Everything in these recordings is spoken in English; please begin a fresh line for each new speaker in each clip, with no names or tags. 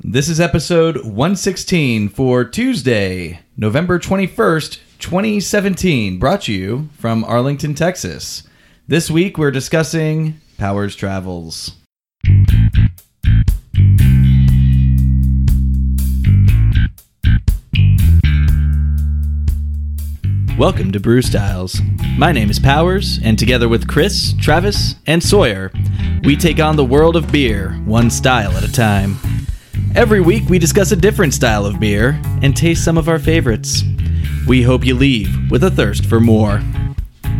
This is episode 116 for Tuesday, November 21st, 2017, brought to you from Arlington, Texas. This week we're discussing Powers Travels. Welcome to Brew Styles. My name is Powers, and together with Chris, Travis, and Sawyer, we take on the world of beer, one style at a time. Every week, we discuss a different style of beer and taste some of our favorites. We hope you leave with a thirst for more.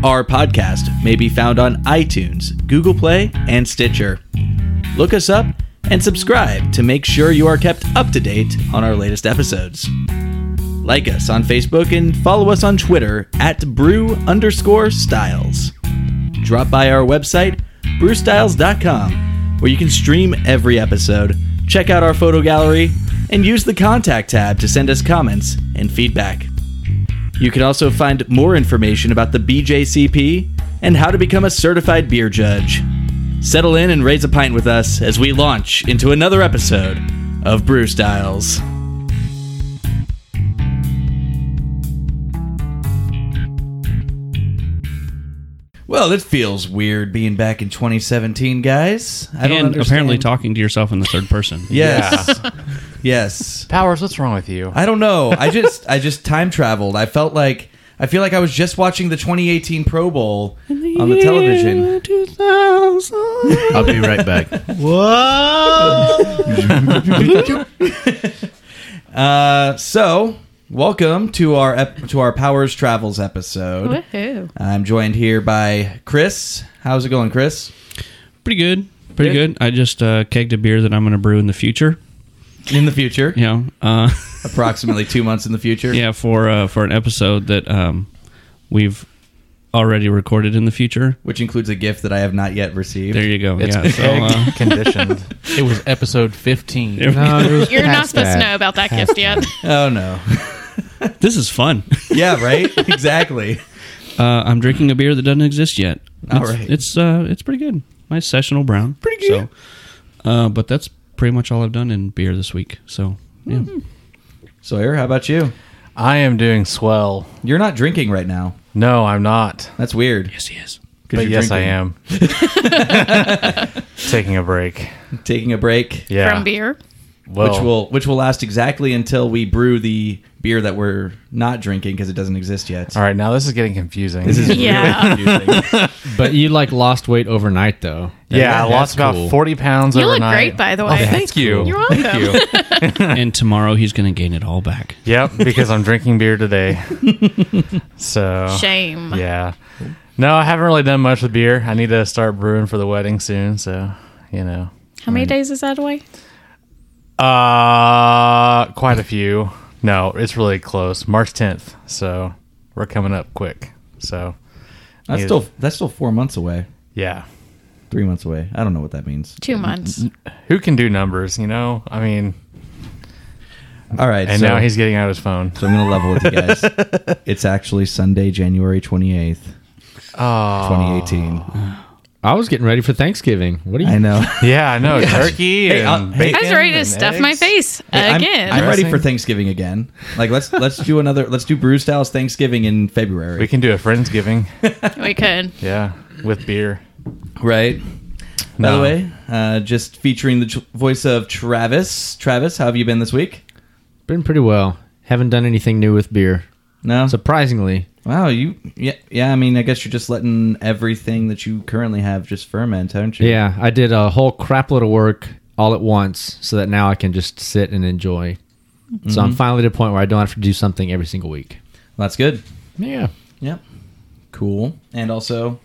Our podcast may be found on iTunes, Google Play, and Stitcher. Look us up and subscribe to make sure you are kept up to date on our latest episodes. Like us on Facebook and follow us on Twitter at brew underscore styles. Drop by our website, brewstyles.com, where you can stream every episode, check out our photo gallery, and use the contact tab to send us comments and feedback. You can also find more information about the BJCP and how to become a certified beer judge. Settle in and raise a pint with us as we launch into another episode of Brew Styles. Well, it feels weird being back in 2017, guys. I don't
and apparently
understand-
talking to yourself in the third person.
Yes. yes.
Powers, what's wrong with you?
I don't know. I just I just time traveled. I felt like I feel like I was just watching the 2018 Pro Bowl on the television.
I'll be right back.
Uh, so, welcome to our ep- to our Powers Travels episode.
Woohoo.
I'm joined here by Chris. How's it going, Chris?
Pretty good. Pretty good. I just uh, kegged a beer that I'm going to brew in the future.
In the future,
You know, uh,
approximately two months in the future.
yeah, for uh, for an episode that um, we've already recorded in the future.
Which includes a gift that I have not yet received.
There you go.
It's
yeah. So, uh,
conditioned. It was episode 15.
No,
You're not supposed to know about that gift yet.
oh no.
this is fun.
yeah, right? exactly.
Uh, I'm drinking a beer that doesn't exist yet.
All
It's-
right.
It's uh, it's pretty good. Nice sessional brown. Pretty good. So, uh, but that's pretty much all I've done in beer this week. So yeah.
Sawyer, how about you?
I am doing swell.
You're not drinking right now.
No, I'm not.
That's weird.
Yes, he is.
'cause
But
you're
yes, I
drinking.
am. Taking a break.
Taking a break.
Yeah.
From beer.
Well,
which will which will last exactly until we brew the beer that we're not drinking because it doesn't exist yet.
All right, now this is getting confusing.
This is really
Yeah.
confusing.
but you like lost weight overnight though.
yeah, I
That's
lost
cool.
about 40 pounds
You look
overnight.
great, by the way.
Oh, thank you.
You're welcome.
and tomorrow he's going to gain it all back.
Yep, because I'm drinking beer today. So,
Shame.
yeah. No, I haven't really done much with beer. I need to start brewing for the wedding soon. So, you know,
How many days is that away?
Uh, quite a few. No, it's really close. March 10th. So we're coming up quick. So
That's
Yeah.
still that's still four months away,
yeah,
three months away. I don't know what that means.
Two months.
who can do numbers? You know, I mean,
All right,
and
so,
now he's getting out his phone.
so I'm gonna level with you guys. it's actually Sunday, January twenty eighth,
Oh,
twenty eighteen.
I was getting ready for Thanksgiving. What are you?
I know.
yeah, uh, I know turkey
Hey, I'll-
and
hey,
I
bacon.
was ready to
and
stuff my
eggs.
face
Hey, I'm-
again.
I'm, ready for
Dressing.
Thanksgiving again. Like let's let's do another. Let's do Brew Styles Thanksgiving in February.
We can do a friendsgiving.
we could.
yeah, with beer.
Right. By the
No.
way, uh, just featuring the ch- voice of Travis. Travis, how have you been this week?
Been pretty well. Haven't done anything new with beer.
No.
Surprisingly,
wow. You. Yeah. Yeah. I mean, I guess you're just letting everything that you currently have just ferment, aren't you?
yeah, I did a whole crap load of work all at once, so that now I can just sit and enjoy. So
Mm-hmm.
I'm finally to a point where I don't have to do something every single week.
That's good.
Yeah,
Yep. Cool. And also,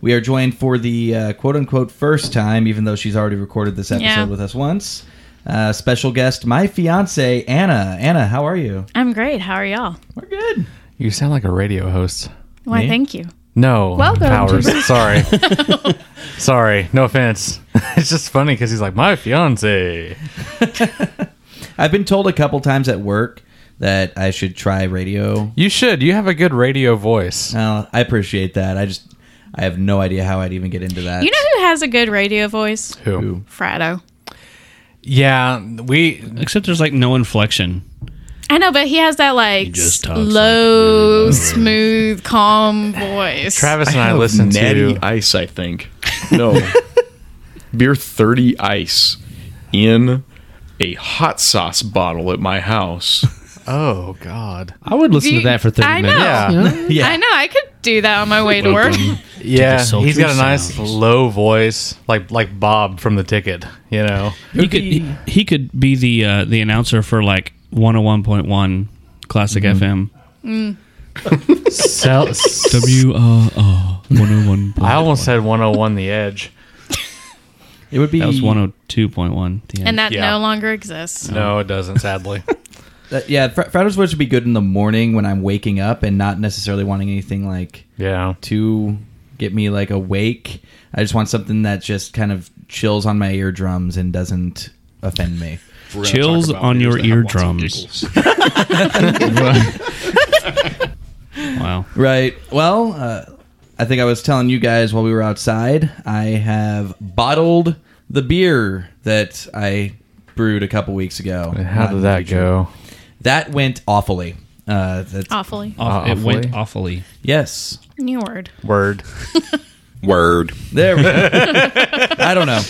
we are joined for the uh, quote unquote first time, even though she's already recorded this episode
Yeah.
with us once. Uh, special guest, my fiance Anna. Anna, how are you?
I'm great. How are y'all?
We're good.
You sound like a radio host.
Why,
Me?
thank you.
No,
Welcome to
Powers. Sorry, sorry. No offense. It's just funny because he's like my fiance.
I've been told a couple times at work that I should try radio
You should. You have a good radio voice.
Well, Oh, I appreciate that. I just I have no idea how I'd even get into that.
You know who has a good radio voice?
Who?
Who?
Fratto.
Yeah, we
Except there's like no inflection.
I know, but he has that like
just talks
low, smooth, calm voice.
Travis and I, listened
Natty
to
Ice, I think. No, beer thirty ice in a hot sauce bottle at my house.
Oh God.
I would listen
Do
to that for 30
I know.
minutes.
Yeah.
Yeah.
I know. I could do that on my way to work.
Welcome.
Yeah,
sultry
he's got a nice
sounds.
low voice, like like Bob from the ticket, you know.
He could he, he could be the uh, the announcer for like 101.1 Classic FM.
Sell,
W R R 101.
I almost said 101 the edge.
It would be
That was 102.1. The
And
end.
that
Yeah.
no longer exists.
No, it doesn't. Sadly,
that- yeah, fr- Friday's voice would be good in the morning when I'm waking up and not necessarily wanting anything like
yeah.
to get me like awake. I just want something that just kind of chills on my eardrums and doesn't offend me.
If we're gonna
Chills
talk about
on
beers
your
that have lots of
eardrums.
giggles.
wow.
Right. Well, uh, I think I was telling you guys while we were outside, I have bottled the beer that I brewed a couple weeks ago.
How did that go?
That went awfully. Uh, that's,
Awfully.
Aw- it
awfully.
went awfully.
Yes.
New word.
Word.
Word.
There we go. I don't know.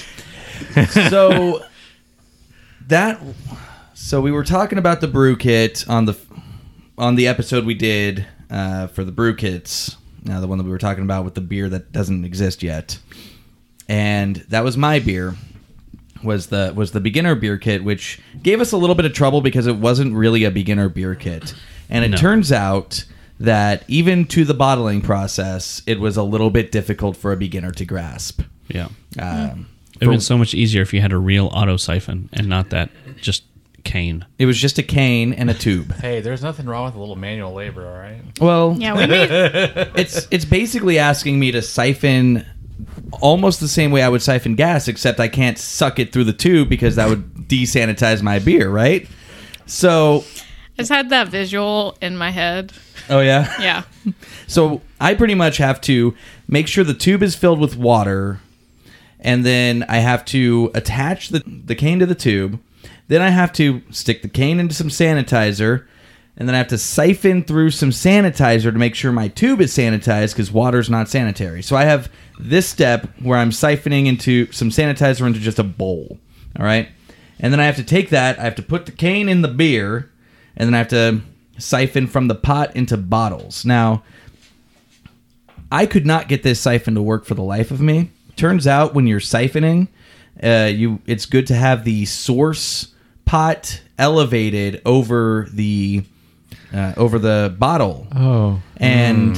So that so we were talking about the brew kit on the on the episode we did uh, for the brew kits, uh, the one that we were talking about with the beer that doesn't exist yet, and that was my beer was the was the beginner beer kit, which gave us a little bit of trouble because it wasn't really a beginner beer kit, and it
No.
turns out that even to the bottling process, it was a little bit difficult for a beginner to grasp.
Yeah.
Um,
It would have been so much easier if you had a real auto siphon and not that just cane.
It was just a cane and a tube.
Hey, there's nothing wrong with a little manual labor, all right?
Well,
Yeah, we made
it's it's basically asking me to siphon almost the same way I would siphon gas, except I can't suck it through the tube because that would desanitize my beer, right? So,
I just had that visual in my head.
oh yeah.
Yeah.
So I pretty much have to make sure the tube is filled with water, and then I have to attach the, the cane to the tube. Then I have to stick the cane into some sanitizer, and then I have to siphon through some sanitizer to make sure my tube is sanitized because water's not sanitary. So I have this step where I'm siphoning into some sanitizer into just a bowl. All right. And then I have to take that, I have to put the cane in the beer, and then I have to siphon from the pot into bottles. Now, I could not get this siphon to work for the life of me. Turns out when you're siphoning, uh, you it's good to have the source pot elevated over the uh, over the bottle.
Oh.
And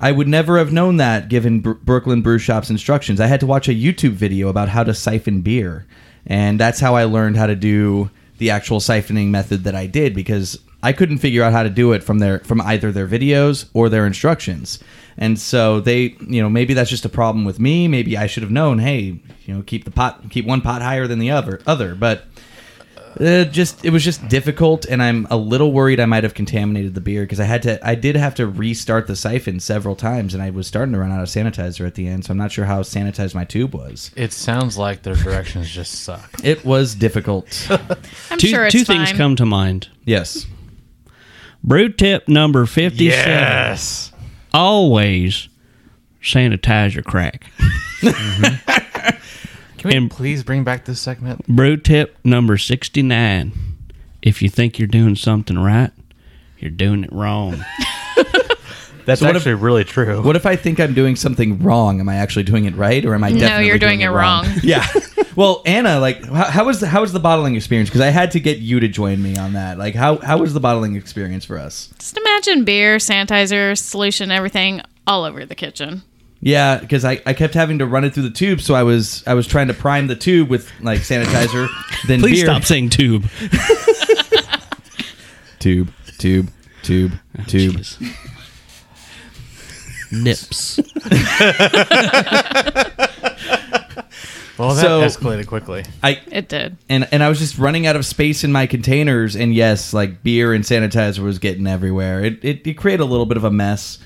I would never have known that given Br- Brooklyn Brew Shop's instructions. I had to watch a YouTube video about how to siphon beer, and that's how I learned how to do the actual siphoning method that I did because I couldn't figure out how to do it from their from either their videos or their instructions. And so they, you know, maybe that's just a problem with me. Maybe I should have known, hey, you know, keep the pot keep one pot higher than the other other, but uh, just it was just difficult, and I'm a little worried I might have contaminated the beer because I had to. I did have to restart the siphon several times, and I was starting to run out of sanitizer at the end. So I'm not sure how sanitized my tube was.
It sounds like their directions just suck.
It was difficult.
I'm
Two,
sure it's
two
fine.
things come to mind.
yes.
Brew tip number 57.
Yes.
Always sanitize your crack.
Can we
And-
please bring back this segment?
Brew tip number 69. If you think you're doing something right, you're doing it wrong.
That's
what if-
actually really true.
What if I think I'm doing something wrong? Am I actually doing it right, or am I? Definitely
you're doing it wrong.
yeah. Well, Anna, like, how, how was the, how was the bottling experience? Because I had to get you to join me on that. Like, how how was the bottling experience for us?
Just imagine beer, sanitizer, solution, everything all over the kitchen.
Yeah, because I, I kept having to run it through the tube, so I was I was trying to prime the tube with like sanitizer, then
Please
beer.
stop saying tube.
Tube, tube, tube, tube.
Oh, Jeez. Nips.
well, that
So-
escalated quickly.
I
It did.
and and I was just running out of space in my containers, and yes, like beer and sanitizer was getting everywhere. It it, it created a little bit of a mess,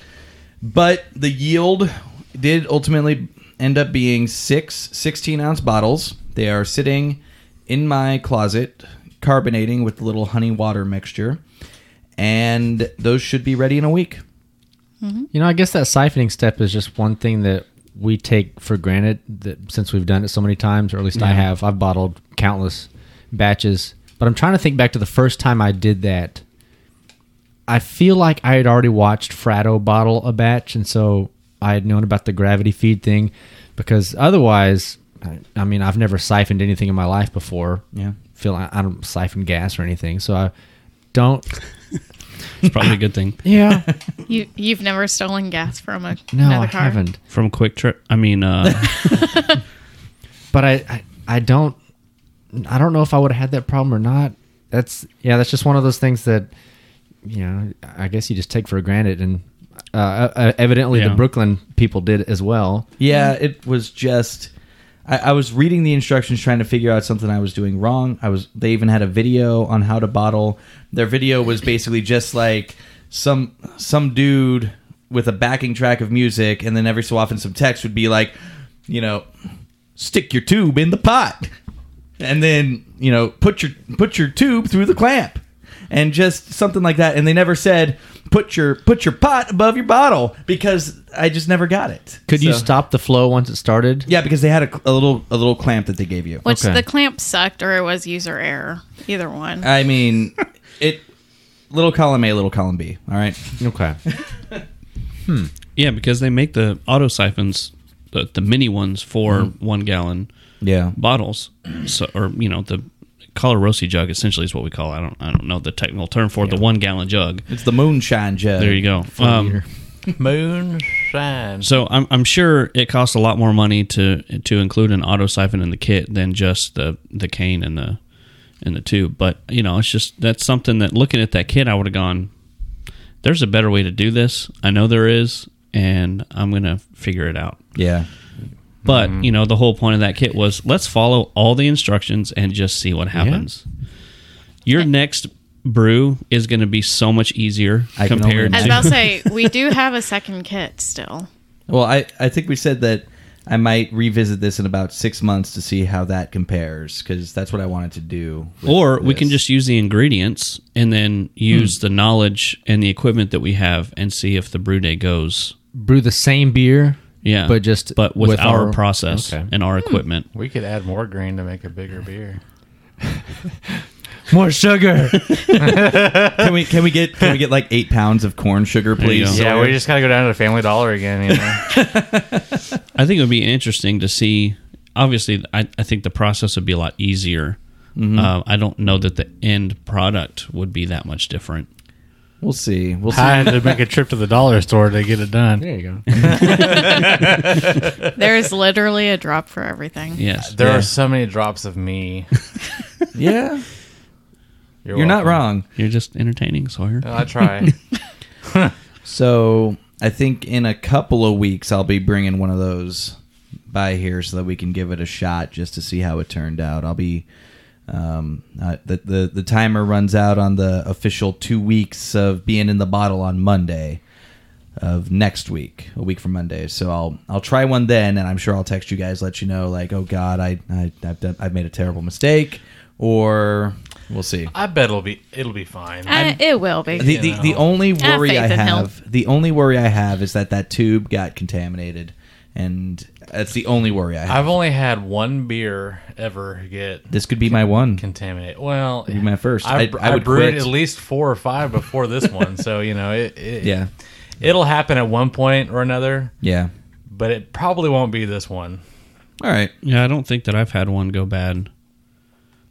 but the yield did ultimately end up being six 16 ounce bottles. They are sitting in my closet, carbonating with a little honey water mixture, and those should be ready in a week.
You know, I guess that siphoning step is just one thing that we take for granted that since we've done it so many times, or at least I have. I've bottled countless batches, but I'm trying to think back to the first time I did that. I feel like I had already watched Fratto bottle a batch, and so I had known about the gravity feed thing because otherwise, I, I mean, I've never siphoned anything in my life before.
Yeah.
Feel I, I don't siphon gas or anything, so I don't.
It's probably a good thing.
Yeah.
You you've never stolen gas from a,
No,
another
I
car.
haven't.
From Quick Trip, I mean, uh,
but I, I I don't I don't know if I would have had that problem or not. That's yeah, that's just one of those things that you know I guess you just take for granted, and uh, uh, evidently
Yeah.
the Brooklyn people did as well.
Yeah, it was just. I, I was reading the instructions, trying to figure out something I was doing wrong. I was. They even had a video on how to bottle. Their video was basically just like some some dude with a backing track of music, and then every so often some text would be like, you know, stick your tube in the pot, and then you know put your put your tube through the clamp, and just something like that. And they never said put your put your pot above your bottle because I just never got it.
Could you
So-
stop the flow once it started?
yeah, because they had a, a little a little clamp that they gave you.
Which
Okay.
the clamp sucked or it was user error. Either one.
I mean, it little column A, little column B. All right.
Okay.
yeah, because they make the auto siphons, the, the mini ones for one gallon
Yeah.
bottles, so or you know the Colorosi jug essentially is what we call. It. I don't I don't know the technical term for it, the one gallon jug.
It's the moonshine jug.
There you go. Um,
Moonshine.
So I'm, I'm sure it costs a lot more money to to include an auto siphon in the kit than just the the cane and the and the tube. But you know, it's just that's something that looking at that kit, I would have gone. There's a better way to do this. I know there is, and I'm gonna figure it out.
Yeah.
But
Mm-hmm.
you know, the whole point of that kit was let's follow all the instructions and just see what happens. Your next brew is going to be so much easier
I can only
compared
I was
to
about to say we do have a second kit still.
Well, I I think we said that I might revisit this in about six months to see how that compares because that's what I wanted to do. with
or we
this.
can just use the ingredients and then use
Hmm.
the knowledge and the equipment that we have and see if the brew day goes
Brew the same beer.
yeah
But just
but with,
with
our,
our-
process
okay.
and our equipment
We could add more grain to make a bigger beer.
More sugar.
can we can we get can we get like eight pounds of corn sugar,
you
please?
go.
Yeah, we just gotta go down to the Family Dollar again. You know?
i think it would be interesting to see obviously i, I think the process would be a lot easier
Mm-hmm.
Uh, i don't know that the end product would be that much different
We'll see. We'll see.
I had to make a trip to the dollar store to get it done.
there you go.
There is literally a drop for everything.
yes
There
Yeah.
are so many drops of me.
yeah. You're, not
welcome.
wrong.
you're just entertaining sawyer
No, I try.
So I think in a couple of weeks I'll be bringing one of those by here so that we can give it a shot just to see how it turned out. I'll be um, uh, the, the the timer runs out on the official two weeks of being in the bottle on Monday of next week, a week from Monday. So I'll I'll try one then, and I'm sure I'll text you guys, let you know like, oh God, I, I I've, done, I've made a terrible mistake, or we'll see.
I bet it'll be it'll be fine.
Uh, it will be.
The, the, the only
have
worry I
faith in him.
have, the only worry I have is that that tube got contaminated, and that's the only worry I have.
I've only had one beer ever get
this could be my one.
contaminated. Well,
be my first.
I,
I- I
I
would
brewed
quit.
at least four or five before this one, so you know it. it
Yeah,
it'll happen at one point or another,
yeah.
but it probably won't be this one.
All right.
Yeah, I don't think that I've had one go bad,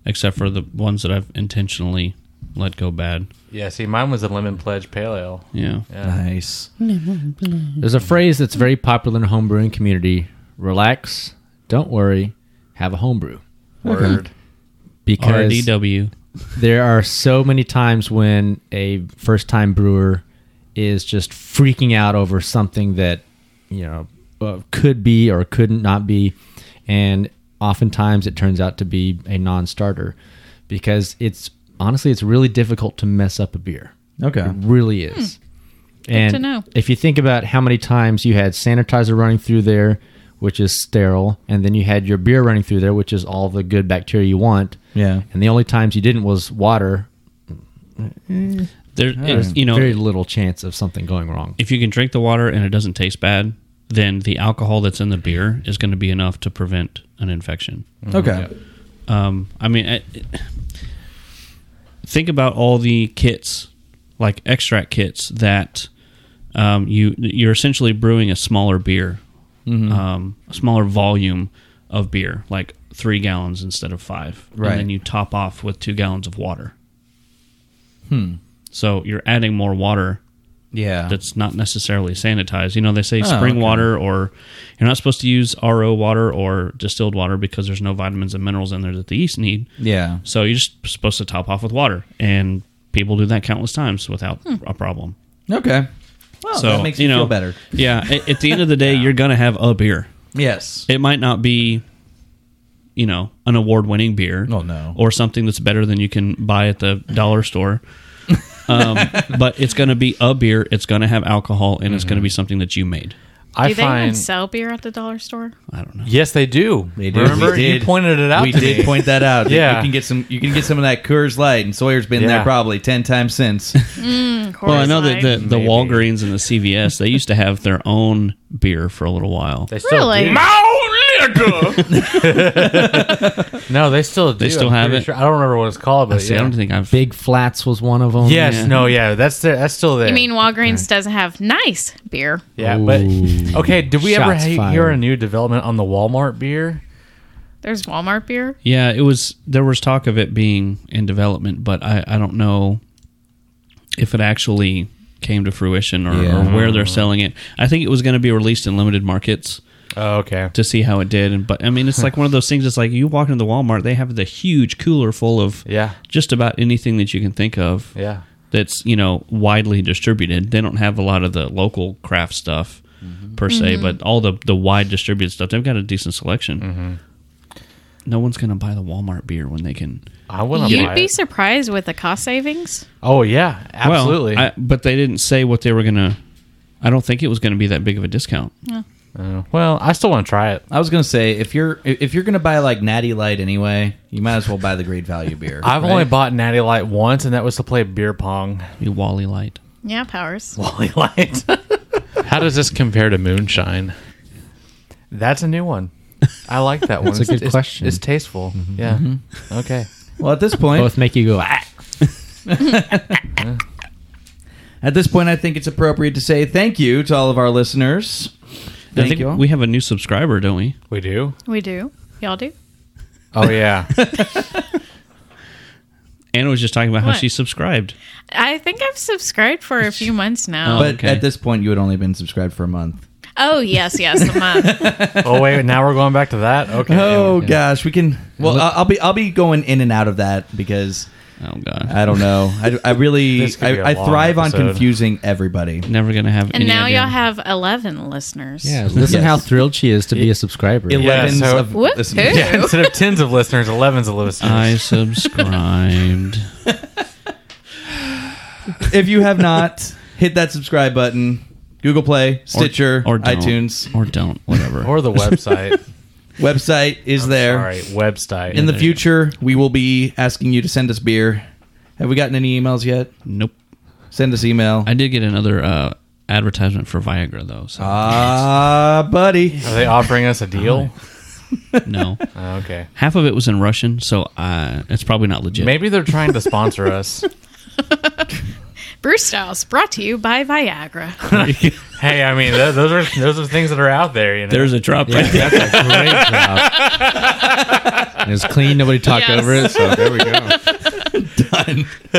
except for the ones that I've intentionally let go bad.
Yeah, see, mine was a lemon pledge pale ale.
Yeah,
Nice.
There's a phrase that's very popular in the homebrewing community: relax, don't worry, have a homebrew.
Word.
Because
RDW.
there are so many times when a first time brewer is just freaking out over something that you know uh, could be or couldn't not be and oftentimes it turns out to be a non-starter because it's honestly it's really difficult to mess up a beer
Okay.
it really is. and
Hmm. to know.
if you think about how many times you had sanitizer running through there which is sterile, and then you had your beer running through there, which is all the good bacteria you want.
Yeah.
And the only times you didn't was water.
There, it, you know,
very little chance of something going wrong.
if you can drink the water and it doesn't taste bad, then the alcohol that's in the beer is going to be enough to prevent an infection.
Mm-hmm.
Okay.
Um, I mean, I, think about all the kits, like extract kits that um, you you're essentially brewing a smaller beer,
Mm-hmm.
um, a smaller volume of beer, like three gallons instead of five,
Right.
And then you top off with two gallons of water. Hmm. So you're adding more water
Yeah.
that's not necessarily sanitized. You know, they say
Oh,
spring
okay.
water or you're not supposed to use RO water or distilled water because there's no vitamins and minerals in there that the yeast need.
yeah.
So you're just supposed to top off with water, and people do that countless times without a problem.
Okay. Well,
so
Oh, that makes you,
know,
feel better.
Yeah. At, at the end of the day, you're gonna have a beer.
Yes.
It might not be, you know, an award-winning beer.
Oh, no.
Or something that's better than you can buy at the dollar store. um, but it's going to be a beer. It's going to have alcohol, and it's going to
Mm-hmm.
be something that you made.
I
Do they even
find
sell beer at the dollar store?
I don't know.
yes, they do.
They do.
Remember,
We did.
you pointed it out.
we
to
did
me.
point that out.
Yeah.
You can get some. You can get some of that Coors Light, and Sawyer's been there
Yeah.
probably ten times since.
Well, I know that the, the
Maybe.
Walgreens and the CVS they used to have their own beer for a little while.
They still
Really?
do.
Mountain liquor.
No, they still do.
They still
I'm
have
pretty
it?
Sure. I don't remember what it's called, but
See,
yeah.
I don't think I've.
Big Flats was one of them.
yes,
Yeah.
no, yeah, that's there. That's still there.
You mean Walgreens doesn't have nice beer?
yeah, but
Ooh.
okay. Did we ever
Shots
he- hear
fired.
a new development on the Walmart beer?
There's Walmart beer.
Yeah, it was. There was talk of it being in development, but I, I don't know if it actually came to fruition or,
Yeah.
or where they're selling it. I think it was going to be released in limited markets
Oh, okay.
to see how it did. And but I mean, it's like one of those things. It's like you walk into the Walmart, they have the huge cooler full of
Yeah.
just about anything that you can think of.
Yeah.
that's you know widely distributed. They don't have a lot of the local craft stuff
Mm-hmm.
per se,
Mm-hmm.
but all the the wide distributed stuff they've got a decent selection.
Mm-hmm.
No one's gonna buy the Walmart beer when they can.
I want to
You'd
buy
be
it.
surprised with the cost savings.
Oh yeah,
Well,
absolutely.
I- but they didn't say what they were gonna. I don't think it was gonna be that big of a discount.
Uh, well, I still want to try it.
I was gonna say if you're if you're gonna buy like Natty Light anyway, you might as well buy the Great Value beer.
I've
right?
only bought Natty Light once, and that was to play beer pong.
You Wally Light.
Yeah, powers.
Wally Light.
How does this compare to moonshine?
That's a new one. I like that one.
That's a
It's-
good
it's-
question.
It's tasteful. Yeah. Okay.
well at this point.
Both make you go, ah.
At this point, I think it's appropriate to say thank you to all of our listeners.
I
Thank
think
you. all.
we have a new subscriber, don't we?
We do.
We do. Y'all do.
Oh yeah.
Anna was just talking about how
What?
she subscribed.
I think I've subscribed for a few months now.
but
oh, okay.
at this point, you had only been subscribed for a month.
oh yes, yes, a month.
oh wait, now we're going back to that. Okay.
Oh gosh, we can. Well, I- I'll be I'll be going in and out of that because
Oh God,
I don't know. I, I really
This could be a
I, I
long
thrive on
episode.
confusing everybody.
never gonna have.
And
any
now
idea.
y'all have eleven listeners.
Yeah, listen
Yes.
how thrilled she is to be a subscriber.
Elevens
so-
of
Whoop,
listeners.
who?
Yeah, instead of tens of listeners, elevens of listeners.
I subscribed.
If you have not hit that subscribe button, Google Play, Stitcher,
don't.
iTunes
or don't whatever
or the website.
website is there.
All right, website.
In the
there you go.
future, we will be asking you to send us beer. Have we gotten any emails yet?
nope
Send us email.
i did get another uh advertisement for viagra though so
Ah, buddy.
Are they offering us a deal?
no
Oh, okay.
half of it was in russian so uh it's probably not legit
Maybe they're trying to sponsor us.
Bruce Styles brought to you by Viagra.
hey, I mean, th- those are those are things that are out there. You know,
there's a drop right there
That's a great job. And it's clean. Nobody talked
Yes.
over it. So there we go.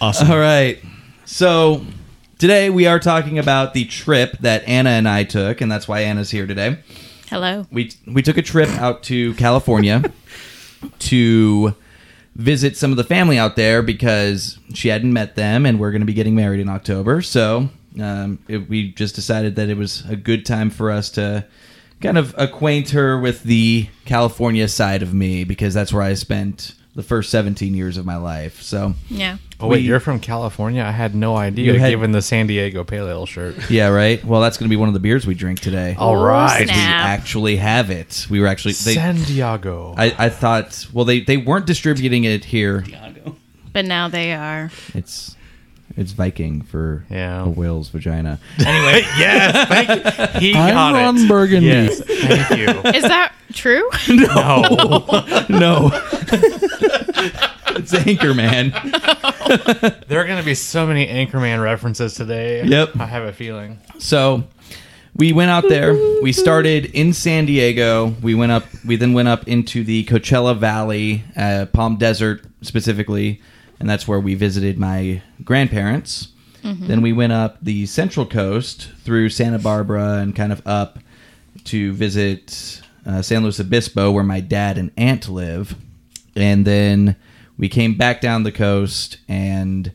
awesome
All right. So today we are talking about the trip that Anna and I took, and that's why Anna's here today.
Hello.
We we took a trip out to California to visit some of the family out there because she hadn't met them, and we're going to be getting married in October. So um, it, we just decided that it was a good time for us to kind of acquaint her with the California side of me because that's where I spent the first 17 years of my life. So,
Yeah.
Oh wait,
We-
you're from California? I had no idea.
You had-
given the San Diego Pale Ale shirt.
yeah, right. Well, that's going to be one of the beers we drink today.
All right.
we
Oh, Snap.
actually have it. We were actually they.
San Diego.
I, I thought. Well, they they weren't distributing it here.
But now they are.
It's it's Viking for
Yeah.
a whale's vagina.
anyway, yes, thank you. He got it.
Burgundy.
Yes, thank you. Oh,
Is that true?
No,
no, it's Anchorman.
there are going to be so many Anchorman references today.
Yep.
I have a feeling.
So we went out there. We started in San Diego. We went up. We then went up into the Coachella Valley, uh, Palm Desert specifically, and that's where we visited my grandparents. Then we went up the Central Coast through Santa Barbara and kind of up to visit uh, San Luis Obispo, where my dad and aunt live. And then we came back down the coast and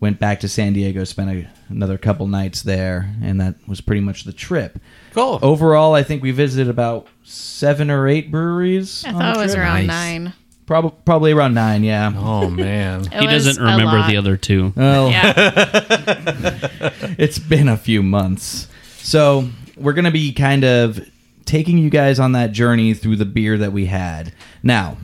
went back to San Diego, spent a, another couple nights there, and that was pretty much the trip.
Cool.
Overall, I think we visited about seven or eight breweries.
I
on the
thought it was
trip.
around
Nice.
nine.
Prob- probably around nine, yeah.
Oh man.
It
He
was
doesn't
a
remember
lot.
the other two.
Well,
Yeah.
it's been a few months. So we're going to be kind of taking you guys on that journey through the beer that we had. Now,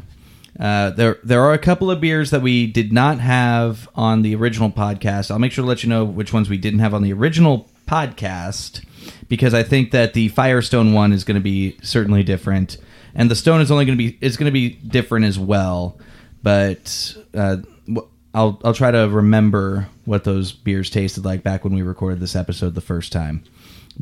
uh, there there are a couple of beers that we did not have on the original podcast. I'll make sure to let you know which ones we didn't have on the original podcast because I think that the Firestone one is going to be certainly different, and the Stone is only going to be is going to be different as well. But uh, wh- I'll I'll try to remember what those beers tasted like back when we recorded this episode the first time.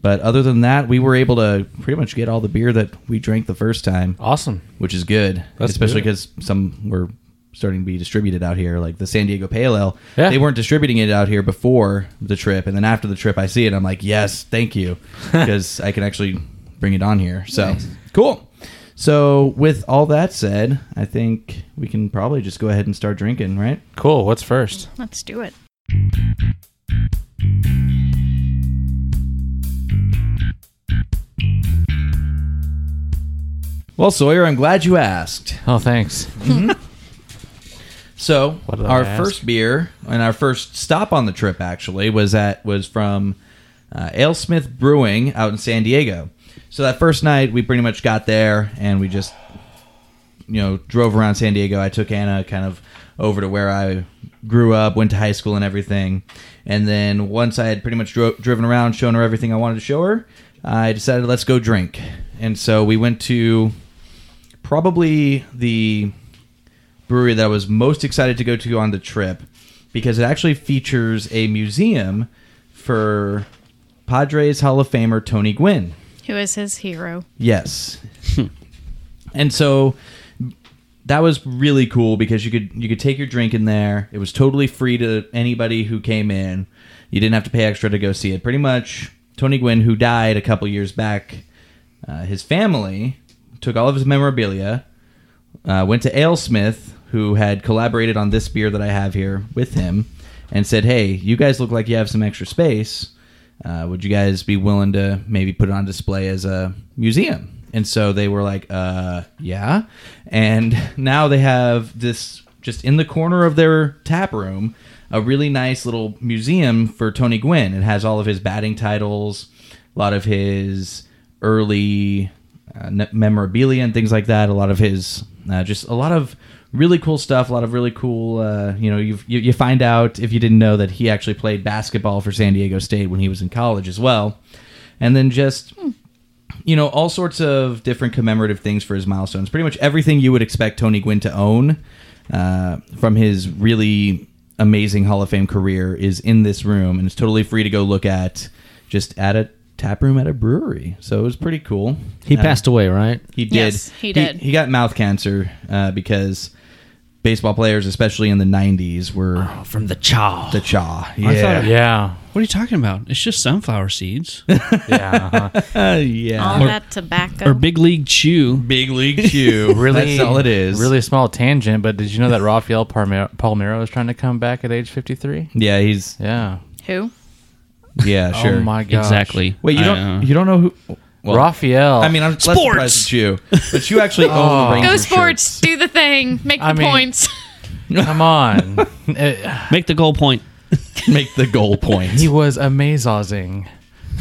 But other than that, we were able to pretty much get all the beer that we drank the first time
Awesome.
which is good, especially because some were starting to be distributed out here, like the San Diego Pale Ale.
Yeah.
They weren't distributing it out here before the trip, and then after the trip, I see it, I'm like, yes, thank you, because I can actually bring it on here. So cool. So with all that said, I think we can probably just go ahead and start drinking, right?
Cool. What's first?
Let's do it.
Well, Sawyer, I'm glad you asked.
Oh, thanks.
So
What did I
our
ask?
first beer and our first stop on the trip actually was at was from uh, Alesmith Brewing out in San Diego. So that first night we pretty much got there and we just you know drove around San Diego. I took Anna kind of over to where I grew up, went to high school and everything. And then once I had pretty much dro- driven around, shown her everything I wanted to show her, I decided let's go drink. And so we went to probably the brewery that I was most excited to go to on the trip because it actually features a museum for Padres Hall of Famer Tony Gwynn.
Who is his hero?
Yes. and so that was really cool because you could you could take your drink in there. It was totally free to anybody who came in. You didn't have to pay extra to go see it. Pretty much Tony Gwynn who died a couple years back, uh, his family took all of his memorabilia, uh, went to Alesmith who had collaborated on this beer that I have here with him and said, "Hey, you guys look like you have some extra space." uh, would you guys be willing to maybe put it on display as a museum? And so they were like, uh, yeah. And now they have this just in the corner of their tap room, a really nice little museum for Tony Gwynn. It has all of his batting titles, a lot of his early uh, n- memorabilia and things like that. A lot of his, uh, just a lot of really cool stuff. A lot of really cool, uh, you know, you've, you you find out if you didn't know that he actually played basketball for San Diego State when he was in college as well, and then just. You know, all sorts of different commemorative things for his milestones. Pretty much everything you would expect Tony Gwynn to own uh, from his really amazing Hall of Fame career is in this room, and it's totally free to go look at just at a tap room at a brewery. So it was pretty cool.
He
Uh,
passed away, right?
he did.
Yes, he did.
He, got mouth cancer uh, because baseball players, especially in the '90s, were
From the chow.
the chaw.
thought-
Yeah.
What are you talking about? It's just sunflower seeds
Yeah. uh-huh.
Uh, yeah.
All that tobacco.
or big league chew.
Big league chew.
Really,
That's all it is.
Really small tangent, but did you know that Rafael Palme- Palmero is trying to come back at age 53?
Yeah. He's.
Yeah.
Who?
Yeah. Sure.
Oh my god.
Exactly.
Wait. You
I,
don't.
uh,
you don't know who. Well,
Raphael.
I mean, I'm less surprised at you, but you actually own the Ranger
Go
shirts.
sports. Do the thing. Make the
I mean-
points.
come on. Uh,
Make the goal point.
Make the goal points.
he was amazing.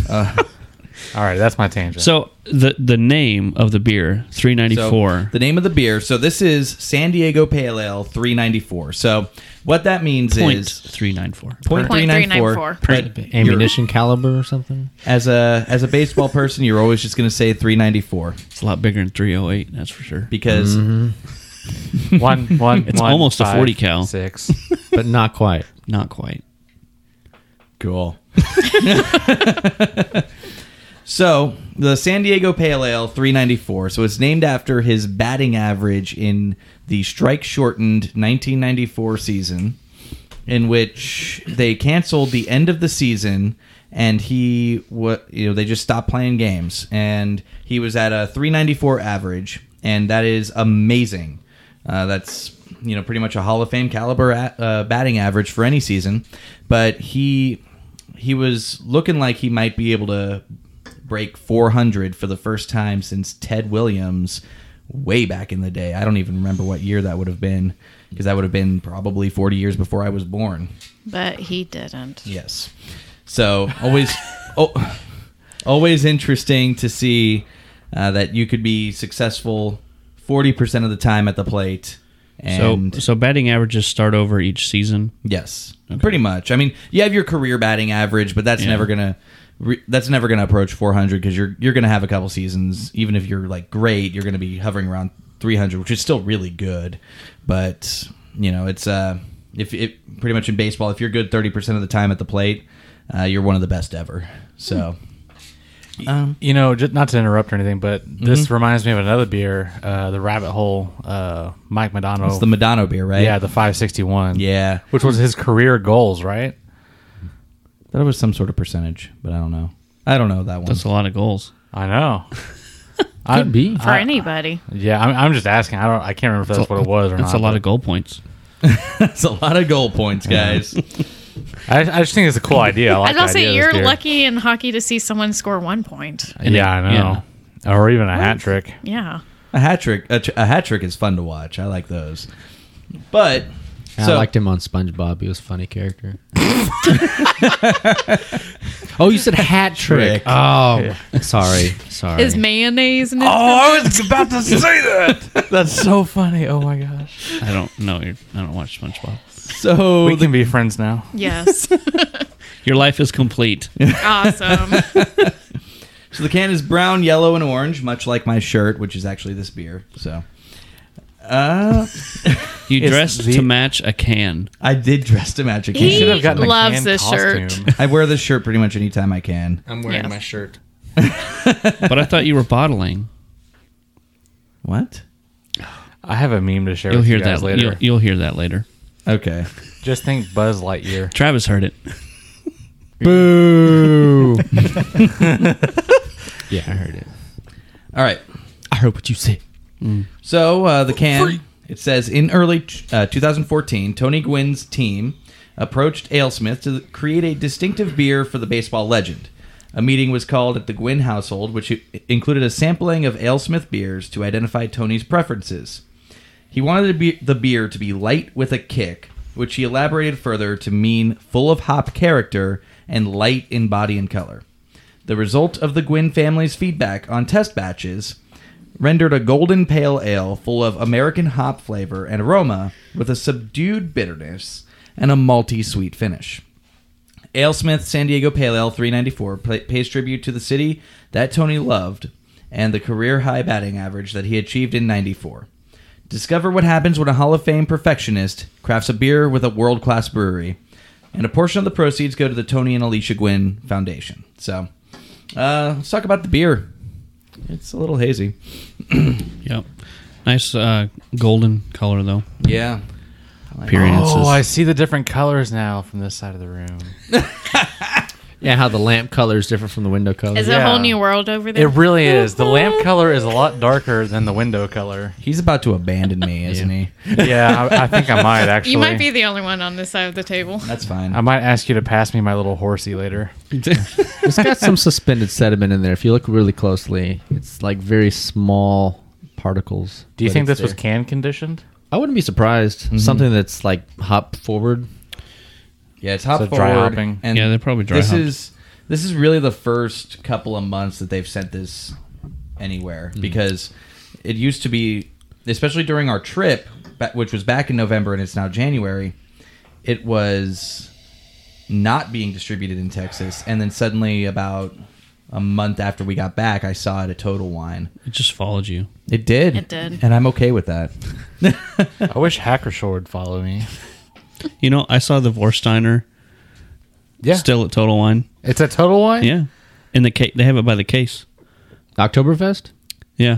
Uh, All right, that's my tangent.
So the the name of the beer, three ninety
So,
four.
the name of the beer. So this is San Diego Pale Ale 394. So what that means
Point
is
three nine four.
point
Point
three nine four.
394.
But you're-
ammunition caliber or something.
As a as a baseball person, you're always just going to say 394
It's a lot bigger than three oh eight. That's for sure.
because
one, one,
It's
one,
almost a
five,
40 cal.
Six.
But not quite.
Not quite.
Cool. so the San Diego Pale Ale 394. So it's named after his batting average in the strike shortened 1994 season, in which they canceled the end of the season and he what you know they just stopped playing games and he was at a 394 average and that is amazing. Uh, that's you know pretty much a Hall of Fame caliber at, uh, batting average for any season, but he he was looking like he might be able to break 400 for the first time since Ted Williams way back in the day. I don't even remember what year that would have been because that would have been probably 40 years before I was born.
But he didn't.
Yes. So always, oh, always interesting to see uh, that you could be successful forty percent of the time at the plate. And
so so batting averages start over each season.
yes, pretty much. I mean, you have your career batting average, but that's
Yeah.
never gonna re- that's never gonna approach four hundred because you're you're gonna have a couple seasons. Even if you're like great, you're gonna be hovering around three hundred, which is still really good. But you know, it's uh, if it pretty much in baseball, if you're good thirty percent of the time at the plate. Uh, you're one of the best ever. So
You know, just not to interrupt or anything, but this
Mm-hmm.
reminds me of another beer, uh, the Rabbit Hole, uh, Mike Madonna.
It's the Madonna beer, right?
yeah, the 561.
yeah.
Which was his career goals, right?
That was some sort of percentage, but I don't know. I don't know that one.
That's a lot of goals.
I know.
Could be.
For anybody.
Yeah, I'm, I'm just asking. I don't. I can't remember if that's what it was or
That's
not.
a lot of goal points.
That's a lot of goal points, guys.
I, I just think it's a cool idea. I like
I'd
the
also
idea
say
of this
you're
beer.
lucky in hockey to see someone score one point.
Yeah, I know. Or even a hat trick.
Yeah.
a hat trick. A, tr- a hat trick is fun to watch. I like those. But
I
so-
liked him on SpongeBob. He was a funny character. oh, you said hat
Trick.
trick. Oh, sorry, sorry.
Is mayonnaise in it?
Oh, I was about to say that. that's so funny. Oh my gosh.
I don't know. I don't watch SpongeBob.
so
We
the,
can be friends now.
Yes.
Your life is complete.
awesome.
so the can is brown, yellow, and orange, much like my shirt, which is actually this beer. So uh,
You
It's
dress
the-
to match a can.
I did dress to match a
He
can.
gotten a
loves
canned
this shirt.
costume.
I wear this shirt pretty much anytime I can.
I'm wearing
Yes.
my shirt.
But I thought you were bottling.
What?
I have a meme to share
You'll
with
hear
you guys
that
later.
You'll, you'll hear that later.
Okay.
Just think Buzz Lightyear.
Travis heard it.
Boo. yeah, I heard it.
All right.
I heard what you said.
So uh, the can it says in early uh, 2014, Tony Gwynn's team approached AleSmith to create a distinctive beer for the baseball legend. A meeting was called at the Gwynn household, which included a sampling of AleSmith beers to identify Tony's preferences. He wanted to be, the beer to be light with a kick, which he elaborated further to mean full of hop character and light in body and color. The result of the Gwynn family's feedback on test batches rendered a golden pale ale full of American hop flavor and aroma with a subdued bitterness and a malty sweet finish. AleSmith San Diego Pale Ale 394 pla- pays tribute to the city that Tony loved and the career high batting average that he achieved in 94. Discover what happens when a Hall of Fame perfectionist crafts a beer with a world class brewery. And a portion of the proceeds go to the Tony and Alicia Gwynn Foundation. So, uh, let's talk about the beer. It's a little hazy.
Yep. Nice uh, golden color though.
Yeah. Oh,
Appearances.
Oh, I see the different colors now from this side of the room.
Yeah, how the lamp color is different from the window color.
Is it a
Yeah.
whole new world over
It
there?
really is. The lamp color is a lot darker than the window color.
He's about to abandon me, isn't he?
Yeah, I, I think I might actually.
you might be the only one on this side of the table.
That's fine.
I might ask you to pass me my little horsey later.
It's got some suspended sediment in there. If you look really closely, it's like very small particles.
Do you
but
think
it's
this was
there.
can conditioned?
I wouldn't be surprised.
Mm-hmm.
Something that's like hop forward.
Yeah, it's hop
So
forward.
dry hopping.
And
Yeah, they probably dry
This
hopped.
is this is really the first couple of months that they've sent this anywhere
Hmm.
because it used to be, especially during our trip, ba- which was back in November and it's now January. It was not being distributed in Texas, and then suddenly about a month after we got back, I saw it at Total Wine.
It just followed you.
It did.
It did.
and I'm okay with that.
I wish Hackershaw would follow me.
You know, I saw the Vorsteiner
Yeah,
still at Total Wine.
it's a total wine.
Yeah, in the case they have it by the case.
Oktoberfest?
Yeah,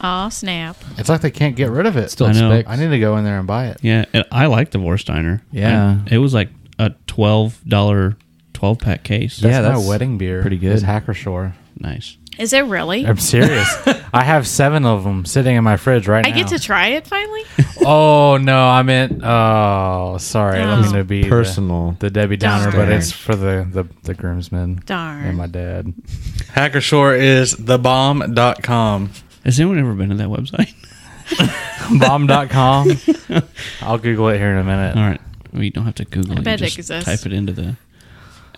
Aw, snap.
It's like they can't get rid of it.
Still
I know.
expect.
I need to go in there and buy it.
yeah. And I like the Vorsteiner.
Yeah.
And it was like a twelve dollar twelve pack case.
That's
Yeah,
my
that's
wedding beer.
pretty good.
Is Hackershaw.
nice.
Is it really?
I'm serious. I have seven of them sitting in my fridge right
I
now.
get to try it finally?
Oh no, I meant. Oh, sorry. I
Oh.
didn't mean to be the-
Personal.
The, Debbie Downer, but
Darn.
it's for the the, the groomsmen and
Darn.
my dad.
Hackershore is thebomb.com.
Has anyone ever been to that website?
Bomb.com. I'll Google it here in a minute.
All right, well, you don't have to Google. it.
bet
you
it
just
exists.
Type it into the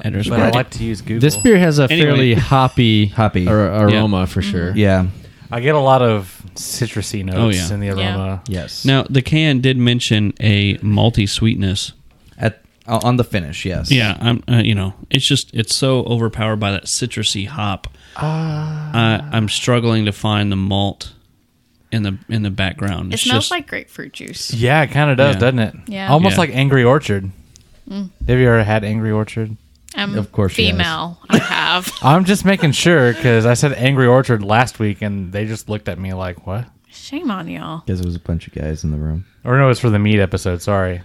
address.
But I like to use Google.
This beer has a
Anyway.
fairly hoppy,
Hoppy.
ar- aroma for sure.
Yeah.
I get a lot of citrusy notes
Oh, yeah.
in the aroma.
Yes.
now the can did mention a malty sweetness.
At uh, on the finish. Yes.
Yeah, I'm. Uh, you know, it's just it's so overpowered by that citrusy hop.
Ah.
I, I'm struggling to find the malt in the in the background.
It
It's
smells
just,
like grapefruit juice.
Yeah, it kind of does,
Yeah.
doesn't it?
Yeah. Mm.
Almost
Yeah.
like Angry Orchard. Have you ever had Angry Orchard?
I'm
Of course she has.
female. I have.
I'm just making sure because I said Angry Orchard last week and they just looked at me like, what?
Shame on y'all.
Because there was a bunch of guys in the room.
Or no, it's for the mead episode. Sorry.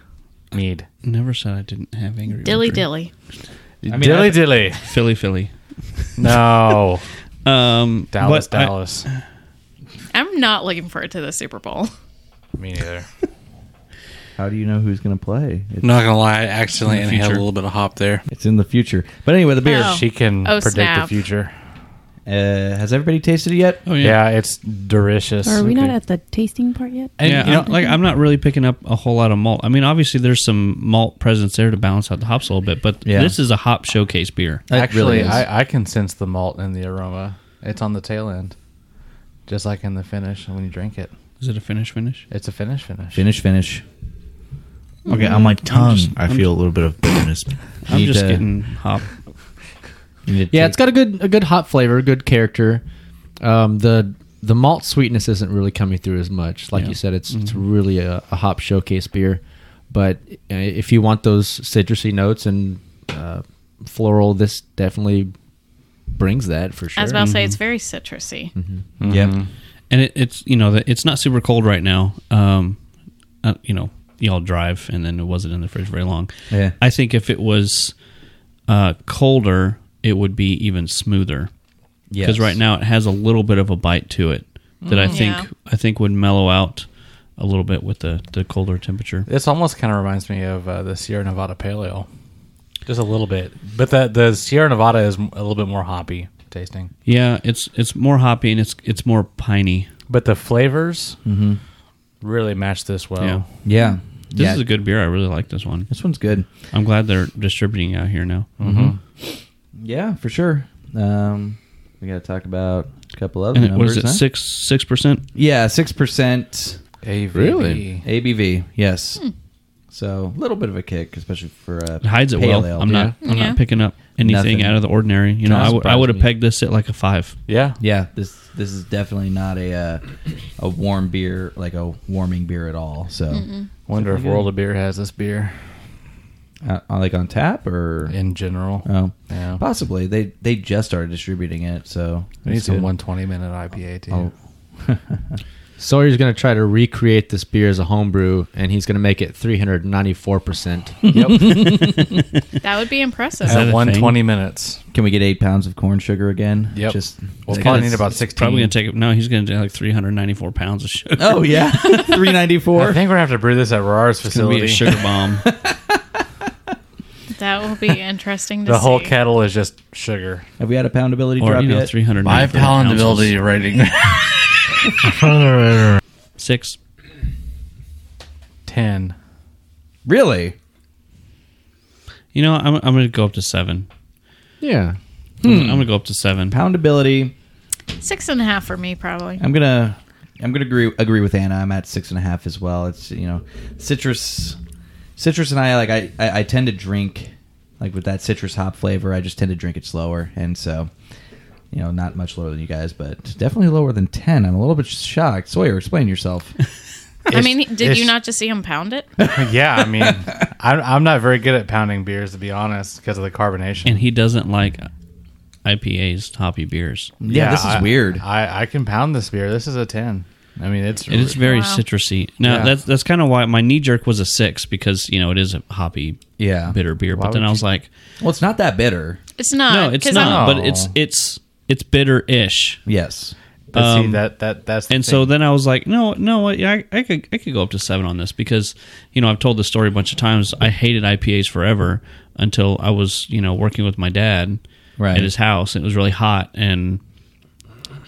Mead.
never said I didn't have angry
Dilly
Orchard.
dilly.
dilly dilly.
Philly Philly.
No.
Um,
Dallas,
but I-
Dallas.
I'm not looking forward to the Super Bowl.
me neither.
How do you know who's going to play? It's,
I'm not going to lie, I accidentally
In the
inhaled a
future.
little bit of hop there.
it's in the future. But anyway, the beer.
Oh.
She can
Oh,
predict the
snap.
future.
Uh, has everybody tasted it yet?
Oh yeah.
Yeah, it's delicious.
Are we not
Okay.
at the tasting part yet?
And,
yeah,
you know-
I'm- like I'm not really picking up a whole lot of malt. I mean, obviously there's some malt presence there to balance out the hops a little bit, but
Yeah.
this is a hop showcase beer.
It really
Actually,
is.
I, I can sense the malt in the aroma. It's on the tail end, just like in the finish when you drink it.
Is it a finish finish?
It's a finish finish.
finish, finish.
Okay, on my tongue,
just-
I feel a little bit of bitterness.
I'm
Need
just
to-
getting hop.
Yeah, it's got a good a good hop flavor, good character. Um, the the malt sweetness isn't really coming through as much. Like
Yeah. Mm-hmm.
you said, it's it's really a, a hop showcase beer. But uh, if you want those citrusy notes and uh, floral, this definitely brings that for sure.
I was about to
Mm-hmm.
say, it's very citrusy.
Yeah.
and it, it's you know the, it's not super cold right now. Um, uh, you know, y'all drive, and then it wasn't in the fridge very long.
Yeah.
I think if it was uh, colder, it would be even smoother because
Yes.
right now it has a little bit of a bite to it that I think
Yeah.
I think would mellow out a little bit with the the colder temperature.
This almost kind of reminds me of uh, the Sierra Nevada Pale Ale, just a little bit. But the the Sierra Nevada is m- a little bit more hoppy tasting.
Yeah, it's it's more hoppy and it's it's more piney.
But the flavors really match this well.
Yeah.
Yeah.
This
yeah.
is a good beer. I really like this one.
this one's good.
I'm glad they're distributing out here now. Mm-hmm.
Yeah, for sure. Um, we got to talk about a couple other
And it, what
numbers.
is it?
huh?
Six six percent.
Yeah, six percent
AVB.
Really?
ABV. Yes. So a little bit of a kick, especially for uh,
It hides it
pale
well.
ale.
I'm not. I'm
Yeah.
not picking up anything
Nothing.
out of the ordinary. You know,
Not
I would. I would have
surprising.
pegged this at like a five.
Yeah.
Yeah, this this is definitely not a uh, a warm beer, like a warming beer at all. So,
Wonder if World of Beer has this beer
uh, like on tap or
in general.
oh,
Yeah.
possibly they they just started distributing it. So
I need
it's
some
good.
Oh, 120 minute IPA too.
I'll-
Sawyer's going to try to recreate this beer as a homebrew, and he's going to make it 394%.
That would be impressive.
that a
At
thing?
one twenty minutes.
Can we get eight pounds of corn sugar again?
Yep.
Just
We'll
Like,
probably
that's-
need about sixteen.
Probably gonna take no. He's gonna do like 394 pounds of sugar.
Oh yeah, three ninety
I
four.
think we're gonna have to brew this at Rar's
It's gonna be a
facility.
sugar bomb.
That will be interesting to
The
see.
whole kettle is just sugar.
Have we had a pound ability
or
drop
you know,
yet?
300
My pound ability rating.
six.
Ten.
Really?
You know, I'm, I'm gonna go up to seven.
yeah.
I'm gonna go up to seven.
Pound ability.
Six and a half for me, probably.
I'm gonna. I'm gonna agree agree with Anna. I'm at six and a half as well. It's you know, citrus, citrus, and I like I I, I tend to drink like with that citrus hop flavor. I just tend to drink it slower, and so you know, not much lower than you guys, but definitely lower than ten. I'm a little bit shocked. Sawyer, explain yourself.
I mean, did
it's-
you not just see him pound it?
yeah, I mean, I'm, I'm not very good at pounding beers to be honest because of the carbonation.
And he doesn't like IPAs, hoppy beers.
yeah, this is
I-
weird.
I, I can pound this beer. This is a ten. I mean, it's
It is very
Wow.
citrusy. Now
Yeah.
that's that's kind of why my knee jerk was a six because you know it is a hoppy,
Yeah.
bitter beer. but then I was like,
Well, it's not that bitter.
It's not.
no, it's
'cause
Oh.
not.
I'm- Oh.
But it's it's it's bitter ish.
Yes.
But see
um,
that that that's the
And
thing.
so then I was like, no, no, I, I could, I could go up to seven on this because, you know, I've told this story a bunch of times. I hated IPAs forever until I was, you know, working with my dad
Right.
at his house. and It was really hot, and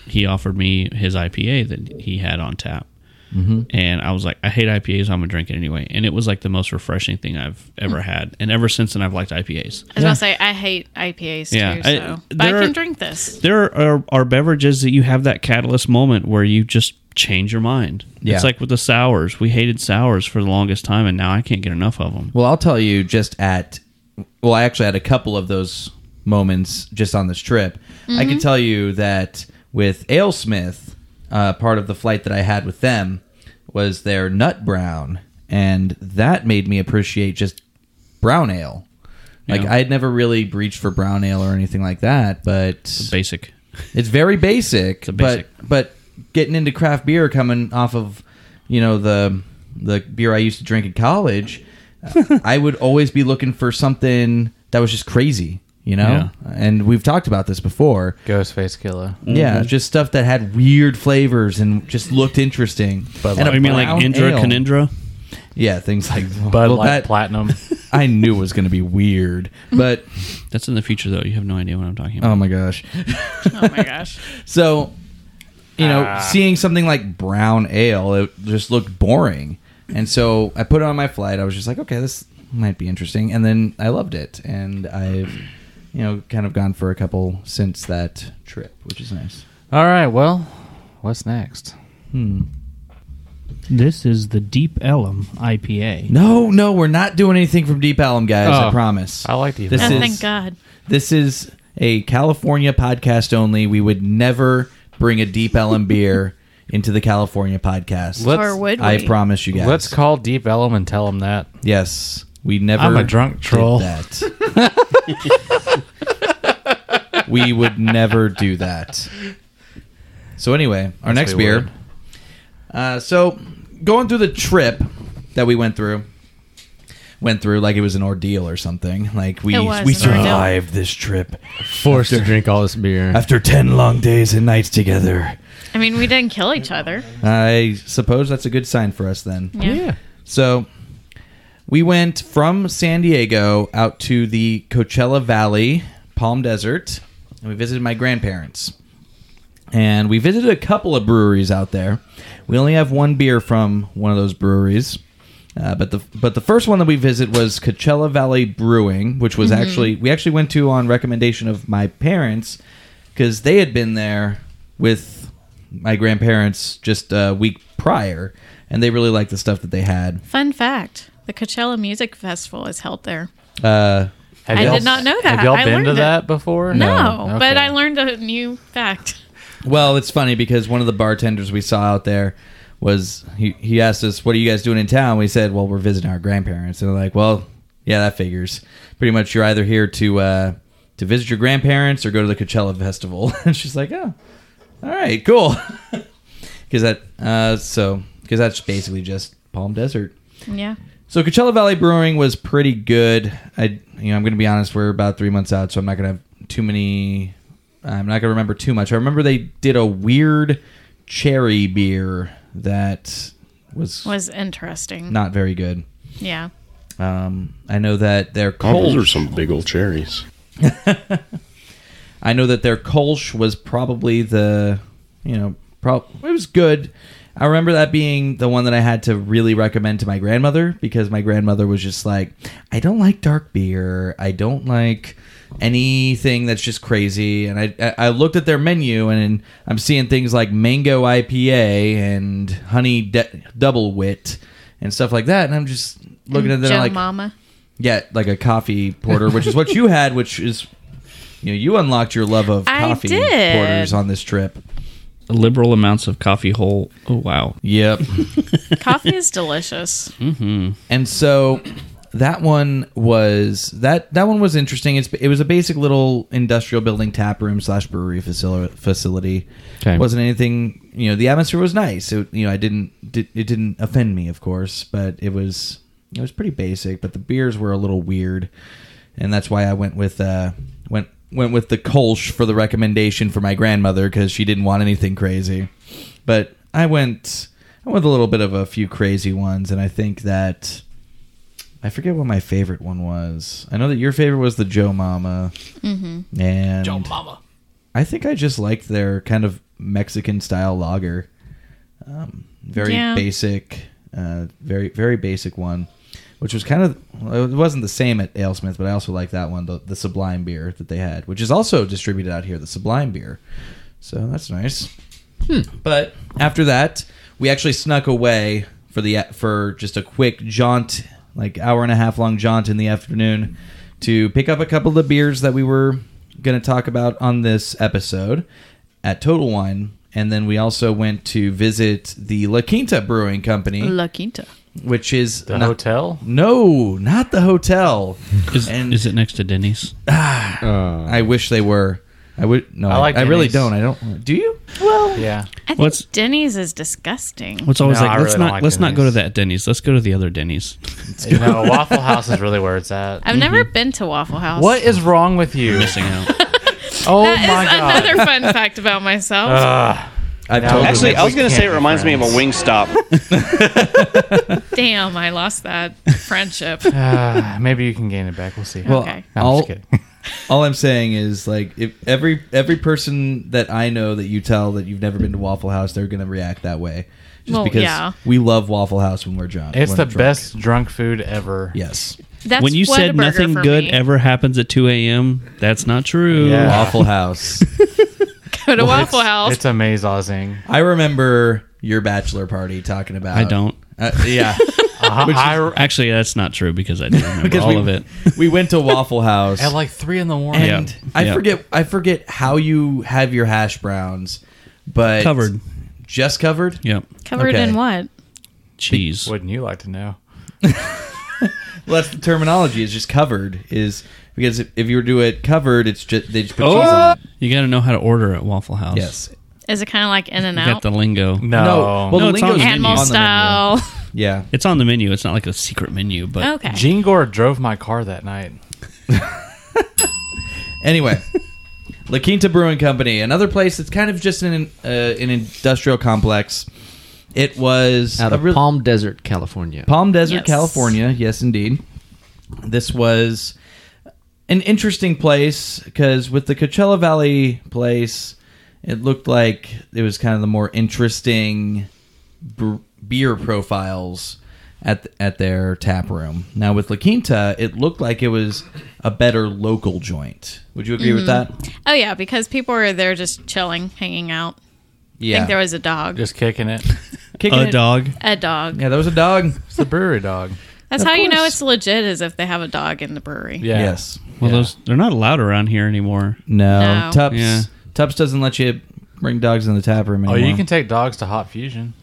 he offered me his IPA that he had on tap,
Mm-hmm.
and I was like, I hate IPAs. I'm gonna drink it anyway. And it was like the most refreshing thing I've ever
Hmm.
had, and ever since then I've liked IPAs.
I was going to say, I hate IPAs
Yeah,
too,
I-
so. but I
there
can
are-
drink this.
there are, are beverages that you have that catalyst moment where you just change your mind.
Yeah.
It's like with the sours. We hated sours for the longest time, and now I can't get enough of them.
Well, I'll tell you just at well, I actually had a couple of those moments just on this trip. I can tell you that with AleSmith, uh, part of the flight that I had with them was their nut brown, and that made me appreciate just brown ale. Like
Yeah.
I had never really breached for brown ale or anything like that, but
Basic.
it's very basic,
a basic.
but but getting into craft beer coming off of you know the the beer I used to drink in college, uh, I would always be looking for something that was just crazy, you know. And we've talked about this before.
Ghostface Killer.
Mm-hmm.
Yeah, just stuff that had weird flavors and just looked interesting. But and
Oh,
a
you mean like
brown
Indra
ale.
Canindra?
Yeah, things like
Bud
well,
Light
that
Platinum.
I knew was going to be weird, but
That's in the future, though. You have no idea what I'm talking about.
oh my gosh.
Oh my gosh.
So, you know,
Ah.
seeing something like brown ale, it just looked boring. And so I put it on my flight. I was just like, okay, this might be interesting. And then I loved it. And I've, you know, kind of gone for a couple since that trip, which is nice.
All right, well, what's next?
This is the Deep Ellum IPA.
No, no, we're not doing anything from Deep Elm, guys. I
Oh.
promise.
I like Deep
This
Oh,
is
thank God.
this is a California podcast only. We would never bring a Deep Elm beer into the California podcast.
Let's-
Or would we?
I promise you guys.
Let's call Deep Ellum and tell him that.
Yes, we never.
I'm a drunk
did
troll.
That. we would never do that. So anyway, our next
we
beer.
would.
Uh, so going through the trip that we went through, went through like it was an ordeal or something. Like we
It was
we
an ordeal.
survived this trip
Forced to drink all this beer.
after ten long days and nights together.
I mean, we didn't kill each other.
I suppose that's a good sign for us then.
Yeah.
So we went from San Diego out to the Coachella Valley, Palm Desert, and we visited my grandparents. And we visited a couple of breweries out there. We only have one beer from one of those breweries. Uh, but the but the first one that we visit was Coachella Valley Brewing, which was actually we actually went to on recommendation of my parents because they had been there with my grandparents just a week prior, and they really liked the stuff that they had.
Fun fact the Coachella Music Festival is held there.
Uh,
Have
I
y'all-
did not know that.
Have y'all
I
been
learned
to
it.
that before?
No, but
Okay.
I learned a new fact.
well, it's funny because one of the bartenders we saw out there was he, he asked us, "What are you guys doing in town?" We said, "Well, we're visiting our grandparents." And they're like, "Well, yeah, that figures. Pretty much, you're either here to uh, to visit your grandparents or go to the Coachella festival." and she's like, "Oh, all right, cool." because that uh, so because that's basically just Palm Desert.
Yeah.
So Coachella Valley Brewing was pretty good. I you know I'm going to be honest, we're about three months out, so I'm not going to have too many. I'm not going to remember too much. I remember they did a weird cherry beer that was
Was interesting.
not very good.
Yeah.
Um, I know that their
Oh, those
Kolsch-
are some big old cherries.
I know that their Kolsch was probably the, you know, prob- it was good. I remember that being the one that I had to really recommend to my grandmother because my grandmother was just like, I don't like dark beer. I don't like anything that's just crazy. And I, I- I looked at their menu and I'm seeing things like mango IPA and honey de- double wit and stuff like that. And I'm just looking at them
Joe
like,
Mama.
yeah, like a coffee porter, which is what you had, which is you know, you unlocked your love of
I
coffee
did.
porters on this trip. Oh.
Liberal amounts of coffee whole. Oh wow.
Yep.
Coffee is delicious.
and so that one was that that one was interesting. It's it was a basic little industrial building tap room slash brewery facility. Facility
Okay.
wasn't anything. You know, the atmosphere was nice. It, you know, I didn't did, it didn't offend me, of course, but it was it was pretty basic. But the beers were a little weird, and that's why I went with uh went went with the Kolsch for the recommendation for my grandmother because she didn't want anything crazy. But I went I went with a little bit of a few crazy ones, and I think that. I forget what my favorite one was. I know that your favorite was the Joe Mama, mm-hmm. and Joe Mama. I think I just liked their kind of Mexican style lager. Um, very
Yeah.
basic, uh, very very basic one, which was kind of well, it wasn't the same at AleSmith, but I also liked that one, the, the Sublime beer that they had, which is also distributed out here, the Sublime beer. So that's nice. But after that, we actually snuck away for the for just a quick jaunt, like hour and a half long jaunt in the afternoon, to pick up a couple of the beers that we were going to talk about on this episode at Total Wine, and then we also went to visit the La Quinta Brewing Company,
La Quinta.
which is
The
not-
hotel?
No, not the hotel.
Is,
And-
is it next to Denny's?
I wish they were. I would no. I,
I like
I really
Denny's.
don't. I don't. Do you?
Yeah.
I think
What's-
Denny's is disgusting.
What's always
No,
like?
I
Let's
really
not
don't like
let's not go to
Denny's.
that Denny's. Let's go to the other Denny's.
You know, Waffle House is really where it's at.
I've never been to Waffle House.
What is wrong with you?
Missing out.
Oh
That is
my god.
another fun fact about myself.
I've
No.
told them
Actually,
that-
I was gonna say it reminds me of a
Wingstop.
Damn, I lost that friendship.
Uh, maybe you can gain it back. We'll see.
Well,
Okay.
No, I'm
all,
just kidding.
all I'm saying is like if every every person that I know that you tell that you've never been to Waffle House, they're gonna react that way. Just
Well,
because
yeah.
we love Waffle House when we're drunk.
It's
when
the
I'm drunk.
best drunk food ever.
Yes.
That's
when you said
Whataburger
nothing
for
good
me.
ever happens at 2 a.m., that's not true.
Yeah.
Waffle House.
Go to Waffle
It's-
House.
It's amazing.
I remember your bachelor party talking about
I don't.
Uh, yeah.
Uh-huh. I,
Actually, that's not true because I do remember
Because
all
we,
of it.
we went to Waffle House.
at like three in the morning.
and
Yeah.
I
Yeah.
forget I forget how you have your hash browns, but
Covered.
Just covered?
Yep.
Covered
okay.
in what?
Cheese.
Wouldn't you like to know?
Well, that's the terminology. Is just covered is because if, if you were to do it covered, it's just they just put cheese on. it.
You got to know how to order at Waffle House.
Yes.
Is it kind of like In and
You got
Out?
the lingo.
No.
Well,
No,
the
it's
lingo's
on the menu.
Animal
on the menu.
style.
Yeah.
It's on the menu. It's not like a secret menu, but
okay.
Gene Gore drove my car that night.
Anyway, La Quinta Brewing Company, another place that's kind of just an uh, an industrial complex. It was
Out
a
of
real-
Palm Desert, California.
Palm Desert,
Yes.
California. Yes, indeed. This was an interesting place because with the Coachella Valley place, it looked like it was kind of the more interesting br- beer profiles at th- at their tap room. Now with La Quinta, it looked like it was a better local joint. Would you agree with that?
Oh yeah, because people were there just chilling, hanging out. I
Yeah,
think there was a dog.
Just kicking it.
Kicking
a
it-
dog.
A dog.
Yeah, there was a dog.
It's the brewery dog.
That's
Of
how you know
course.
it's legit is if they have a dog in the brewery.
Yeah.
Yes.
Well,
Yeah.
those they're not allowed around here anymore.
No.
No.
Tups.
Yeah.
Tups doesn't let you bring dogs in the tap room
Oh,
anymore.
you can take dogs to Hot Fusion.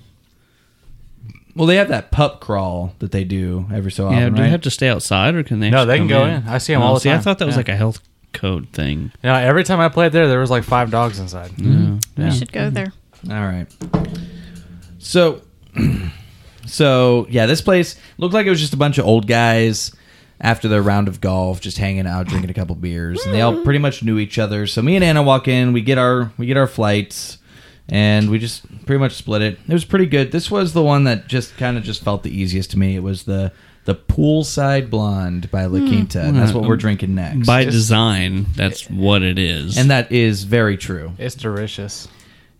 Well, they have that pup crawl that they do every so often.
yeah, do
right?
they have to stay outside or can they?
No,
actually
they can
come
go in. I see 'em all the
see, I
time.
thought that was
Yeah.
like a health code thing.
You know, Mm-hmm. every time I played there, there was like five dogs inside.
We should go there.
All right. So, so yeah, this place looked like it was just a bunch of old guys after their round of golf, just hanging out, drinking a couple beers, and they all pretty much knew each other. So me and Anna walk in, we get our we get our flights, and we just pretty much split it. It was pretty good. This was the one that just kind of just felt the easiest to me. It was the the poolside blonde by
Hmm.
La Quinta, and that's what we're drinking next.
By design, that's what it is.
and that is very true.
It's delicious.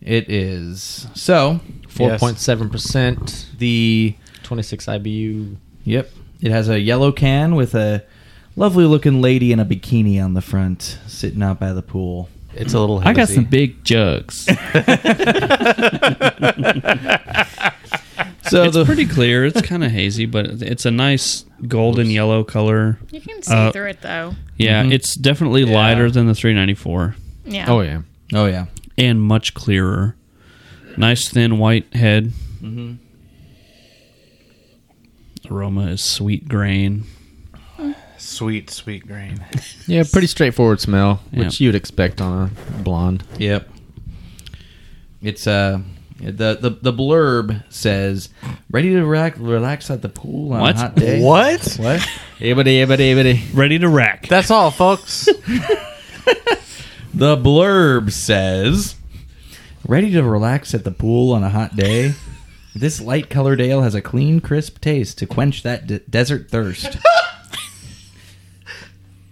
It is. So
Four point seven percent,
the
twenty six IBU.
Yep. It has a yellow can with a lovely looking lady in a bikini on the front sitting out by the pool.
It's a little.
I got
hazy.
some big jugs.
So
it's
the
pretty clear. It's kind of hazy, but it's a nice golden yellow color.
You can see
Uh,
through it though.
Yeah, it's definitely lighter than the 394
Yeah.
Oh yeah.
Oh yeah.
and much clearer. Nice thin white head.
Mm-hmm.
Aroma is sweet grain.
Sweet, sweet grain.
Yeah, pretty straightforward smell, which
Yeah.
you'd expect on a blonde.
Yep. It's uh the, the the blurb says ready to relax, relax at the pool on
What?
a hot day.
What?
What?
Ebony, ebony, ebony.
Ready to rack.
That's all, folks.
The blurb says ready to relax at the pool on a hot day. This light colored ale has a clean, crisp taste to quench that de- desert thirst.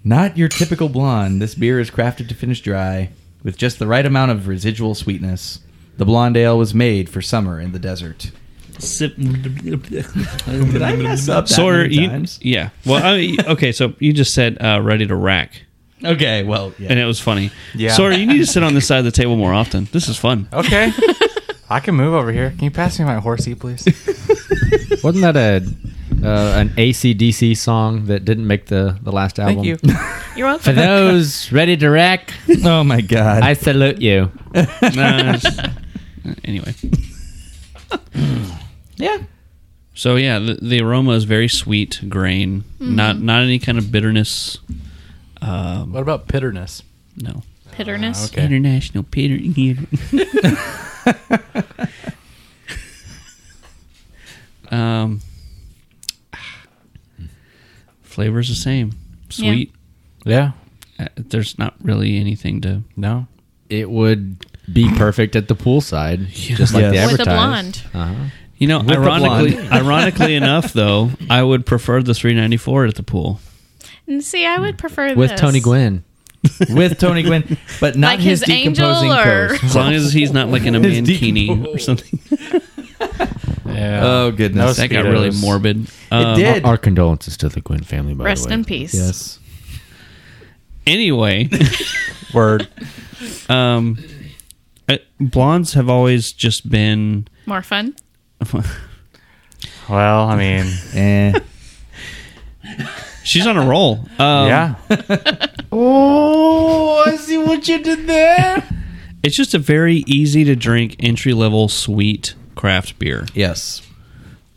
Not your typical blonde, this beer is crafted to finish dry with just the right amount of residual sweetness. The blonde ale was made for summer in the desert.
Sip.
Did I mess up that
Sawyer,
many
you-
times?
yeah. Well, I mean, okay, so you just said uh, ready to rack,
Okay, well, yeah. Oh.
and it was funny.
Yeah.
Sawyer, you need to sit on this side of the table more often. This is fun.
Okay. I can move over here. Can you pass me my horsey, please?
Wasn't that a uh, an ACDC song that didn't make the the last album?
you.
You're
For
welcome.
those ready to wreck,
oh my god.
I salute you.
Nah, it's- anyway.
yeah.
So yeah, the, the aroma is very sweet grain, not
Mm-hmm.
not any kind of bitterness. Um,
What about bitterness?
no
Bitterness.
Okay.
international bitter. um, flavors the same,
Yeah.
sweet.
Yeah.
Uh, there's not really anything to.
No.
It would be perfect at the poolside, just like the
Yes.
With a blonde.
advertised. Uh-huh.
You know,
the
ironically,
blonde.
ironically enough, though, I would prefer the 394 at the pool.
And see, I would prefer
With
this.
Tony Gwynn.
With Tony Gwynn, but not
Like his angel
decomposing
or-
curse.
As long as he's not like in a
His
mankini or something.
Yeah.
Oh goodness.
That got really morbid. Um,
it did.
Our condolences to the Gwynn family, by
Rest
the way.
in peace.
Yes.
Anyway,
Word.
um, I- blondes have always just been.
More fun.
Well, I mean,
Eh.
She's on a roll. Um,
yeah.
Oh, I see what you did there.
It's just a very easy to drink entry level sweet craft beer.
yes.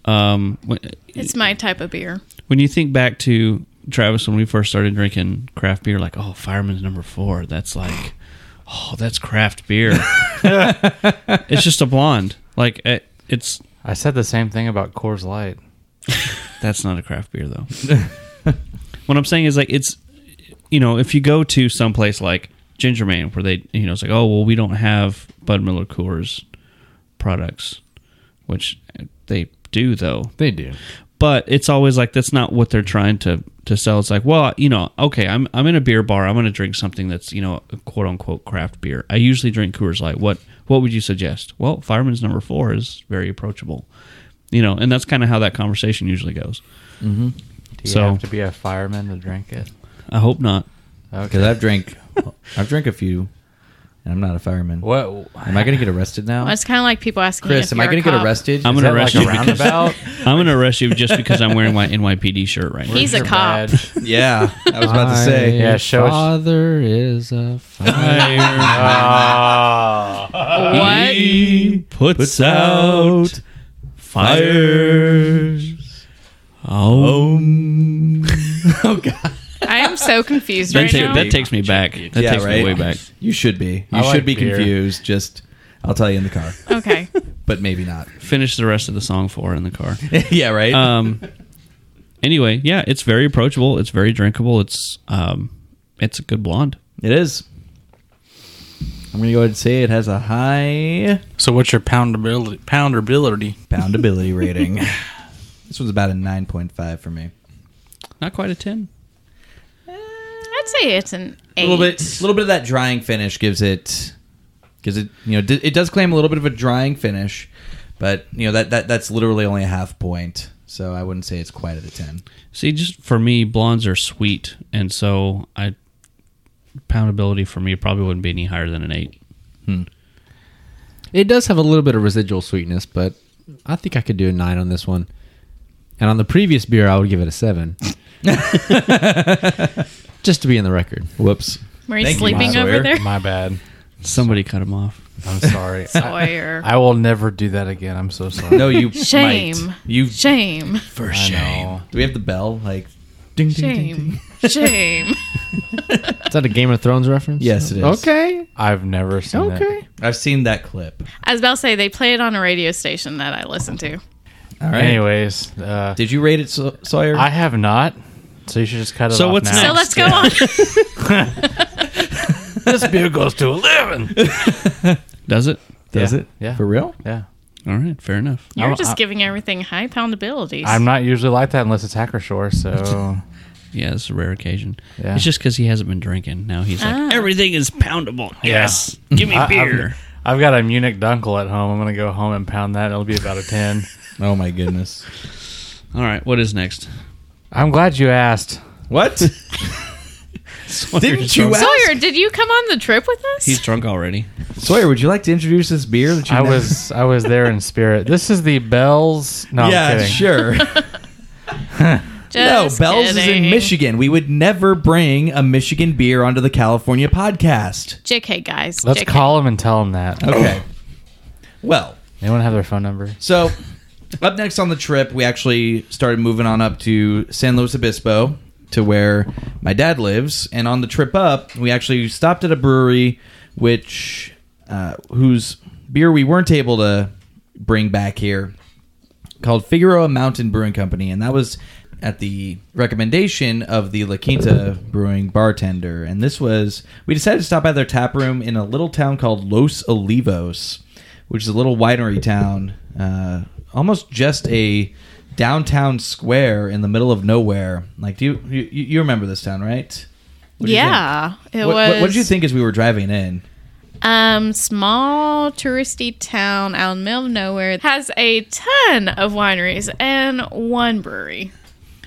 Um, when,
It's my type of beer.
when you think back to Travis when we first started drinking craft beer, like oh, Fireman's Number Four, that's like oh, that's craft beer. it's just a blonde. Like it, it's
I said the same thing about Coors Light.
That's not a craft beer, though. what I'm saying is, like, it's, you know, if you go to someplace like Ginger Man, where they, you know, it's like, oh, well, we don't have Bud Miller Coors products, which they do, though.
They do.
But it's always like, that's not what they're trying to, to sell. It's like, well, you know, okay, I'm, I'm in a beer bar. I'm going to drink something that's, you know, a quote unquote craft beer. I usually drink Coors Light. What, what would you suggest? Well, Fireman's number four is very approachable. You know, and that's kind of how that conversation usually goes.
Mm-hmm. Do you
So-
have to be a fireman to drink it?
I hope not.
Because
Okay.
I've drank, I've drank a few, and I'm not a fireman.
What?
Am I going to get arrested now?
Well, it's kind of like people asking
Chris,
me
am I
going
going
to
to get arrested?
I'm
Is
gonna
that
arrest
like
you
a
because-
roundabout?
I'm gonna arrest you just because I'm wearing my NYPD shirt right now.
He's a cop.
yeah, I was about to say.
Yeah, show us-
father is a fire.
What?
He puts, out fires. Oh,
Oh,
I am so confused
that,
right
ta-
now.
that takes me back. That
Yeah,
takes
right?
me way back.
You should be. You
I
should
like
be
beer.
confused. Just I'll tell you in the car,
Okay.
but maybe not.
Finish the rest of the song for her in the car.
yeah,
Uh,
right.
um anyway yeah it's very approachable it's very drinkable it's um it's a good blonde
it is. I'm gonna go ahead and say it has a high
So what's your poundability? Poundability.
poundability rating. this one's about a 9.5 for me.
not quite a 10
I'd say it's an
A
eight.
little bit, a little bit of that drying finish gives it, gives it. You know, d- it does claim a little bit of a drying finish, but you know that that that's literally only a half point. So I wouldn't say it's quite at a ten.
see just for me blondes are sweet and so i poundability for me probably wouldn't be any higher than an 8
It does have a little bit of residual sweetness, but I think I could do a nine on this one. And on the previous beer, I would give it a seven, just to be in the record.
Whoops.
Were you
Thank you,
sleeping
Sawyer.
over there?
My bad.
somebody cut him off
I'm sorry. I,
Sawyer.
I will never do that again. I'm so sorry.
No, you
Shame.
might. You
Shame.
I
for
know.
Do we have the bell? Like, ding ding ding. ding.
Shame. Shame.
Is that a Game of Thrones reference?
Yes, it is.
Okay.
I've never seen it.
Okay.
I've seen that clip.
As Bell say, they play it on a radio station that I listen to.
All right.
Anyways, uh,
Did you rate it, Saw- Sawyer?
I have not. So you should just cut it
So
off
what's
now.
next?
So let's go on.
this beer goes to eleven.
does it
Does
Yeah.
it?
Yeah.
For real?
Yeah,
all right fair enough
You're
I'm-
just
I-
giving everything high poundabilities.
I'm not usually like that unless it's Hacker Shore. So
yeah it's a rare occasion
Yeah.
it's just because he hasn't been drinking now he's like
Ah.
everything is poundable yes give me
I- I've-
beer
I've got a Munich Dunkel at home. I'm gonna go home and pound that. It'll be about a ten.
Oh my goodness.
all right what is next
I'm glad you asked.
what? Didn't you ask?
Sawyer, did you come on the trip with us?
he's drunk already
Sawyer, would you like to introduce this beer that you
I
never-
was I was there in spirit. This is the Bells. No,
yeah,
I'm kidding.
sure. no,
Just
Bell's is in
kidding.
Michigan. We would never bring a Michigan beer onto the California podcast.
JK, guys.
Let's
JK.
call them and tell them that.
Okay. well,
Anyone have their phone number?
so up next on the trip, we actually started moving on up to San Luis Obispo to where my dad lives, and on the trip up, we actually stopped at a brewery which uh, whose beer we weren't able to bring back here called Figueroa Mountain Brewing Company, and that was at the recommendation of the La Quinta Brewing bartender. And this was we decided to stop at their tap room in a little town called Los Olivos, which is a little winery town, uh, almost just a downtown square in the middle of nowhere. Like, do you you, you remember this town, right? What'd you
Yeah, it
think? What,
was.
what, what did you think as we were driving in?
Um, small touristy town out in the middle of nowhere has a ton of wineries and one brewery.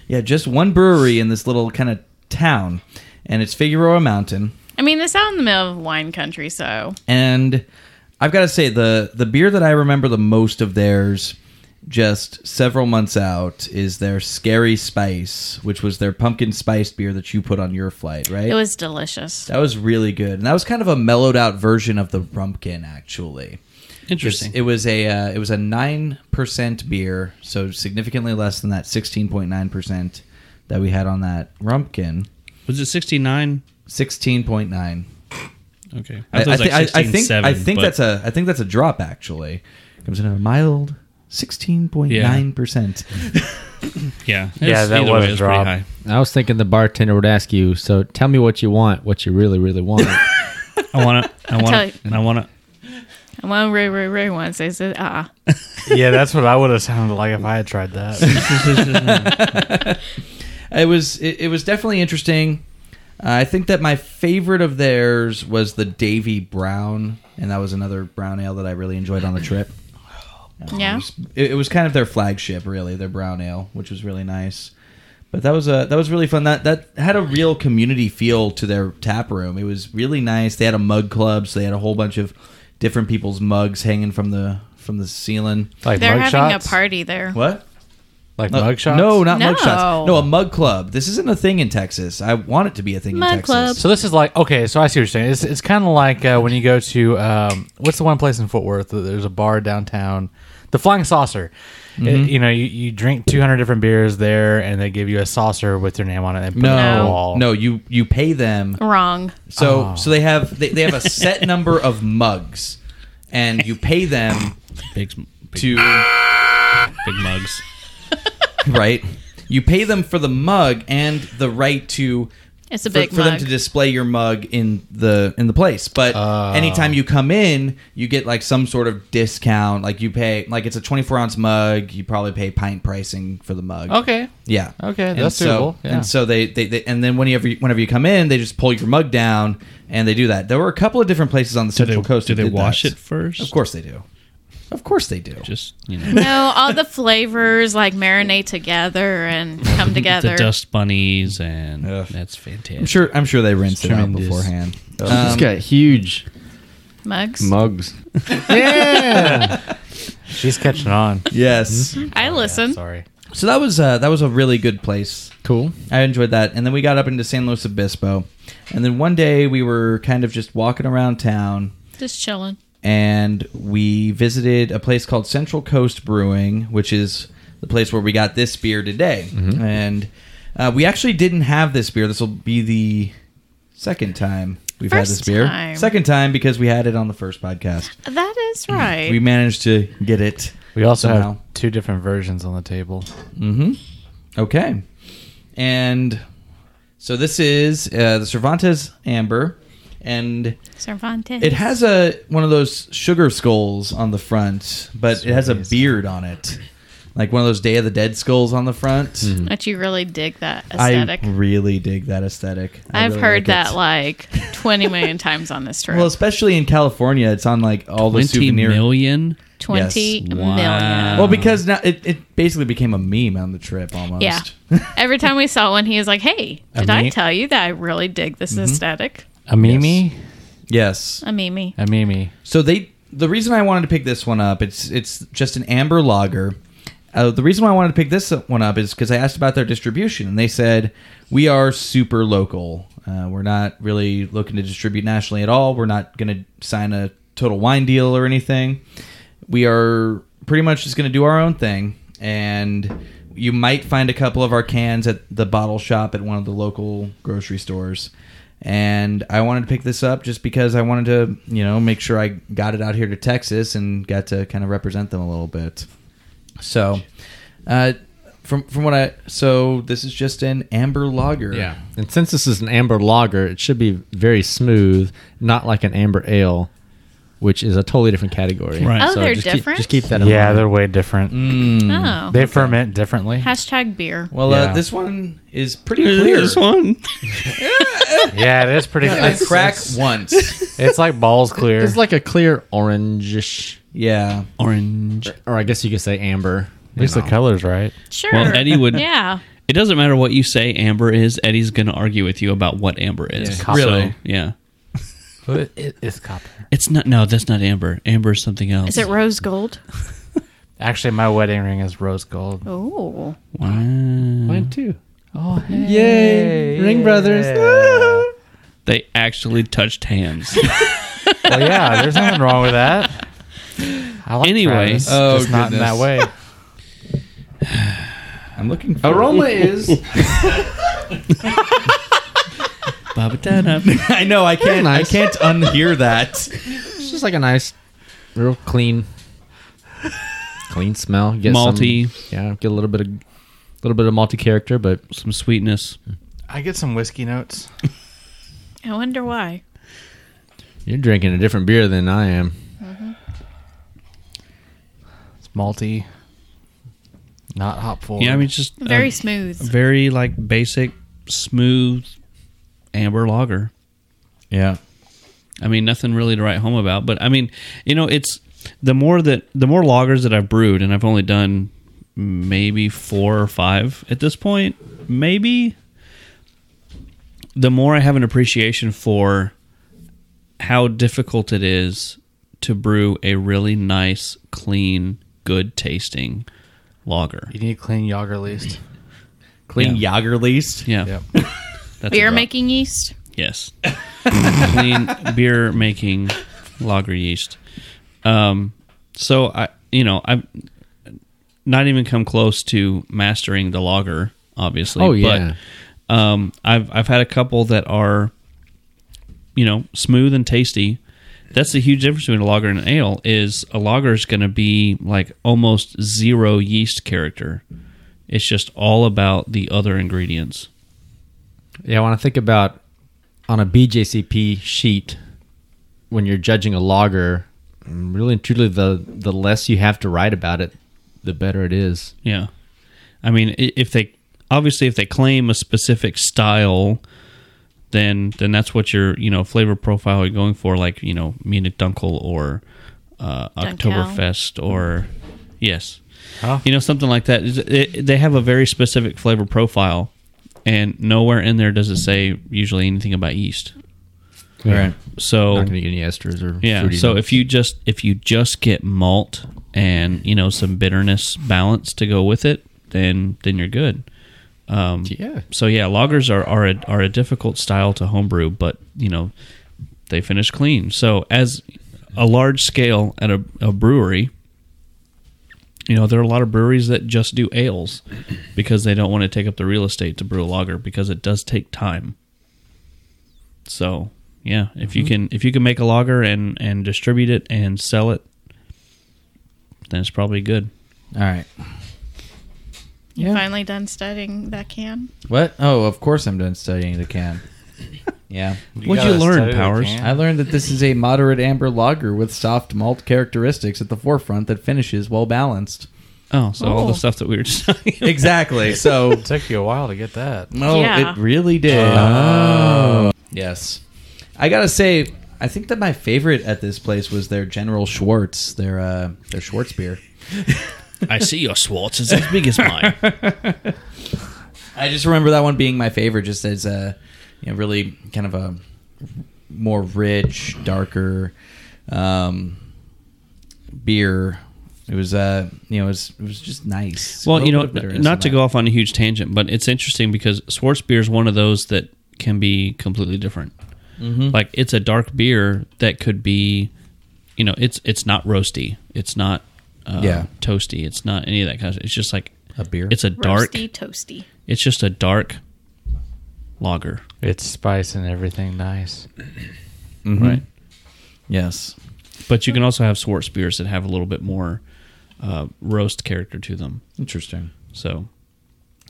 Yeah, just one brewery in this little kind of town, and it's Figueroa Mountain.
I mean, it's out in the middle of wine country, so
and I've got to say the the beer that I remember the most of theirs, just several months out, is their Scary Spice, which was their pumpkin spiced beer that you put on your flight, right?
it was delicious.
that was really good, and that was kind of a mellowed out version of the Rumpkin, actually.
interesting
It was a uh, it was a nine percent beer, so significantly less than that sixteen point nine percent that we had on that Rumpkin.
was it 69
Sixteen point nine.
Okay.
I,
thought it was
I
like
thi- I- I think
16.7,
I think
but-
that's a I think that's a drop actually. Comes in at a mild sixteen point nine percent.
yeah.
Yeah,
It's-
that
either
was
way,
a
it's
drop.
Pretty high.
I was thinking the bartender would ask you, so tell me what you want, what you really, really want.
I want it. I want
tell
it. And I want it.
And one Ray Ray Ray one says, "Ah,
Yeah, that's what I would have sounded like if I had tried that.
It was it, it was definitely interesting. Uh, I think that my favorite of theirs was the Davy Brown, and that was another brown ale that I really enjoyed on the trip. Um,
yeah."
It, it was kind of their flagship, really, their brown ale, which was really nice. But that was a that was really fun. That that had a real community feel to their tap room. It was really nice. They had a mug club, so they had a whole bunch of different people's mugs hanging from the from the ceiling.
Like
They're
mug
having
shots?
a party there.
What?
Like
No,
mug shots?
Uh, No, not mug
No.
shots. No, a mug club. This isn't a thing in Texas. I want it to be a thing in
Mug
Texas.
club.
So this is like okay. So I see what you're saying. It's it's kind of like uh, when you go to um, what's the one place in Fort Worth? that There's a bar downtown, the Flying Saucer. It- you know, you, you drink 200 different beers there, and they give you a saucer with your name on it. And put it on the
No,
wall.
no, you you pay them
Wrong.
So so they have they, they have a set number of mugs. and you pay them
Big, big,
to
big mugs.
right? You pay them for the mug and the right to
It's a
for,
big
for them
mug.
to display your mug in the in the place. But anytime you come in, you get like some sort of discount. Like you pay like it's a 24 ounce mug. You probably pay pint pricing for the mug.
Okay.
Yeah.
Okay,
And
that's
so,
doable, yeah.
And so they, they, they and then whenever you, whenever you come in, they just pull your mug down and they do that. There were a couple of different places on the
Do they,
Central Coast.
do
that
they
did
wash
that.
it first?
Of course they do. Of course they do.
Just, you know,
No, all the flavors like marinate together and come
the
together.
dust bunnies, and
Ugh.
that's fantastic.
I'm sure. I'm sure they rinsed it out
Tremendous.
beforehand.
Oh,
It's
Um,
got huge
Mugs.
mugs.
She's catching on.
yes.
Mm-hmm.
I listen.
Sorry.
So that was uh, that was a really good place.
Cool.
I enjoyed that. And then we got up into San Luis Obispo, and then one day we were kind of just walking around town,
Just chilling.
and we visited a place called Central Coast Brewing, which is the place where we got this beer today. And uh, we actually didn't have this beer. This will be the second time we've had this
First
beer.
time.
Second time because we had it on the first podcast.
That is right.
We managed to get it.
We also
Somehow.
have two different versions on the table.
Mm-hmm. Okay. And so this is uh, the Cervantes Amber, and
Cervantes.
it has a one of those sugar skulls on the front, but it has a beard on it, like one of those Day of the Dead skulls on the front.
That you really dig that
I
aesthetic.
really dig that aesthetic. I
I've
really like it.
heard that like 20 million times on this trip.
Well, especially in California, it's on like all the
20
souvenir.
million?
Twenty
yes.
million.
Wow.
Well, because now it, it basically became a meme on the trip almost.
Yeah. Every time we saw one, he was like, hey, did I tell you that I really dig this aesthetic?
A Mimi?
yes.
A Mimi.
A Mimi.
So they the reason I wanted to pick this one up it's it's just an amber lager. Uh, the reason why I wanted to pick this one up is because I asked about their distribution and they said we are super local. Uh, we're not really looking to distribute nationally at all. We're not going to sign a total wine deal or anything. We are pretty much just going to do our own thing and you might find a couple of our cans at the bottle shop at one of the local grocery stores and I wanted to pick this up just because I wanted to, you know, make sure I got it out here to Texas and got to kind of represent them a little bit. So, uh, from from what I so this is just an amber lager.
And since this is an amber lager, it should be very smooth, not like an amber ale, which is a totally different category.
Right.
Oh, they're
just Keep,
different?
just keep that in
Yeah,
mind.
they're way different.
Oh.
They ferment differently.
Hashtag beer.
Well, uh,
Yeah.
this one is pretty clear.
one.
yeah, it is pretty.
I
It's,
crack once.
it's like balls clear.
It's like a clear orangish,
Yeah.
Orange.
or I guess you could say amber.
At least the color's right.
Sure.
Well, Eddie would.
yeah.
It doesn't matter what you say amber is, Eddie's going to argue with you about what amber is.
Yeah. Really?
So, yeah.
it's copper.
It's not. No, that's not amber. Amber is something else.
Is it rose gold?
Actually, my wedding ring is rose gold.
Oh.
Wow.
Mine too. Oh, yay! Ring brothers.
They actually touched hands.
Well, yeah, there's nothing wrong with that. I like
Anyway.
Travis,
Oh,
just not in
goodness.
that way.
I'm looking for
Aroma is
Ba-ba-da-da.
I know I can't I
nice.
can't unhear that.
It's just like a nice, real clean, clean smell. Get some-
Malty,
yeah, get a little bit of, little bit of malty character, but
some sweetness.
I get some whiskey notes.
I wonder why.
you're drinking a different beer than I am.
It's malty, not hop full.
Yeah, I mean, it's just uh,
Very
a
smooth.
Um, very like basic, smooth amber lager.
Yeah.
I mean, nothing really to write home about. But I mean, you know, it's the more that the more loggers that I've brewed, and I've only done maybe four or five at this point, maybe. The more I have an appreciation for how difficult it is to brew a really nice, clean, good tasting lager.
you need clean yogurt least.
Clean Yager least.
Yeah.
Yep.
That's
Beer
about-
making yeast?
Yes. Clean beer making lager yeast. Um, so I, you know, I'm not even come close to mastering the lager, obviously.
Oh, yeah.
But um, I've I've had a couple that are, you know, smooth and tasty, That's the huge difference between a lager and an ale. Is a lager is going to be like almost zero yeast character. It's just all about the other ingredients.
Yeah, when I think about on a BJCP sheet, when you're judging a logger, really and truly, the the less you have to write about it, the better it is.
Yeah, I mean, i- if they obviously if they claim a specific style, then then that's what your you know flavor profile you're going for, like you know Munich Dunkel or uh,
Dunkel.
Oktoberfest or yes, you know something like that. Is- it- they have a very specific flavor profile, and nowhere in there does it say usually anything about yeast.
Right.
So
Not going to get any esters or
yeah.
fruity
So
notes.
if you just if you just get malt and you know some bitterness balance to go with it, then then you're good. Um,
Yeah.
So yeah, lagers are are a, are a difficult style to homebrew, but you know they finish clean. So as a large scale at a, a brewery, you know there are a lot of breweries that just do ales because they don't want to take up the real estate to brew a lager because it does take time. So yeah, if you can if you can make a lager and and distribute it and sell it, then it's probably good.
All right.
You
Yeah.
finally done studying that can?
What? Oh, of course I'm done studying the can. Yeah.
What'd you
gotta
learn,
study the
Powers?
can.
I learned that this is a moderate amber lager with soft malt characteristics at the forefront that finishes well balanced.
Oh, so all
Oh.
the stuff that we were just talking about.
Exactly. So,
It took you a while to get that.
no,
Yeah.
Oh, it really did. Oh. Yes. I got to say, I think that my favorite at this place was their General Schwartz, their uh, their Schwartz beer.
I see your Schwartz is as big as mine.
I just remember that one being my favorite, just as a you know, really kind of a more rich, darker um, beer. It was uh, you know, it was it was just nice.
Well,
A
you know,
little bit of bitterness in
not to
that.
go off on a huge tangent, but it's interesting because Schwartz beer is one of those that can be completely different.
Mm-hmm.
Like it's a dark beer that could be, you know, it's it's not roasty, it's not uh,
Yeah.
toasty, it's not any of that kind of. It's just like
a beer.
it's a dark,
Roasty, toasty.
it's just a dark lager,
It's spice and everything nice.
right?
Mm-hmm. yes,
But you can also have Schwartz beers that have a little bit more uh, roast character to them.
interesting.
So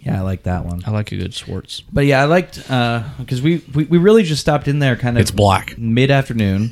Yeah, I like that one.
I like a good Schwartz.
But yeah, I liked because we, we we really just stopped in there kind of.
It's black.
mid afternoon,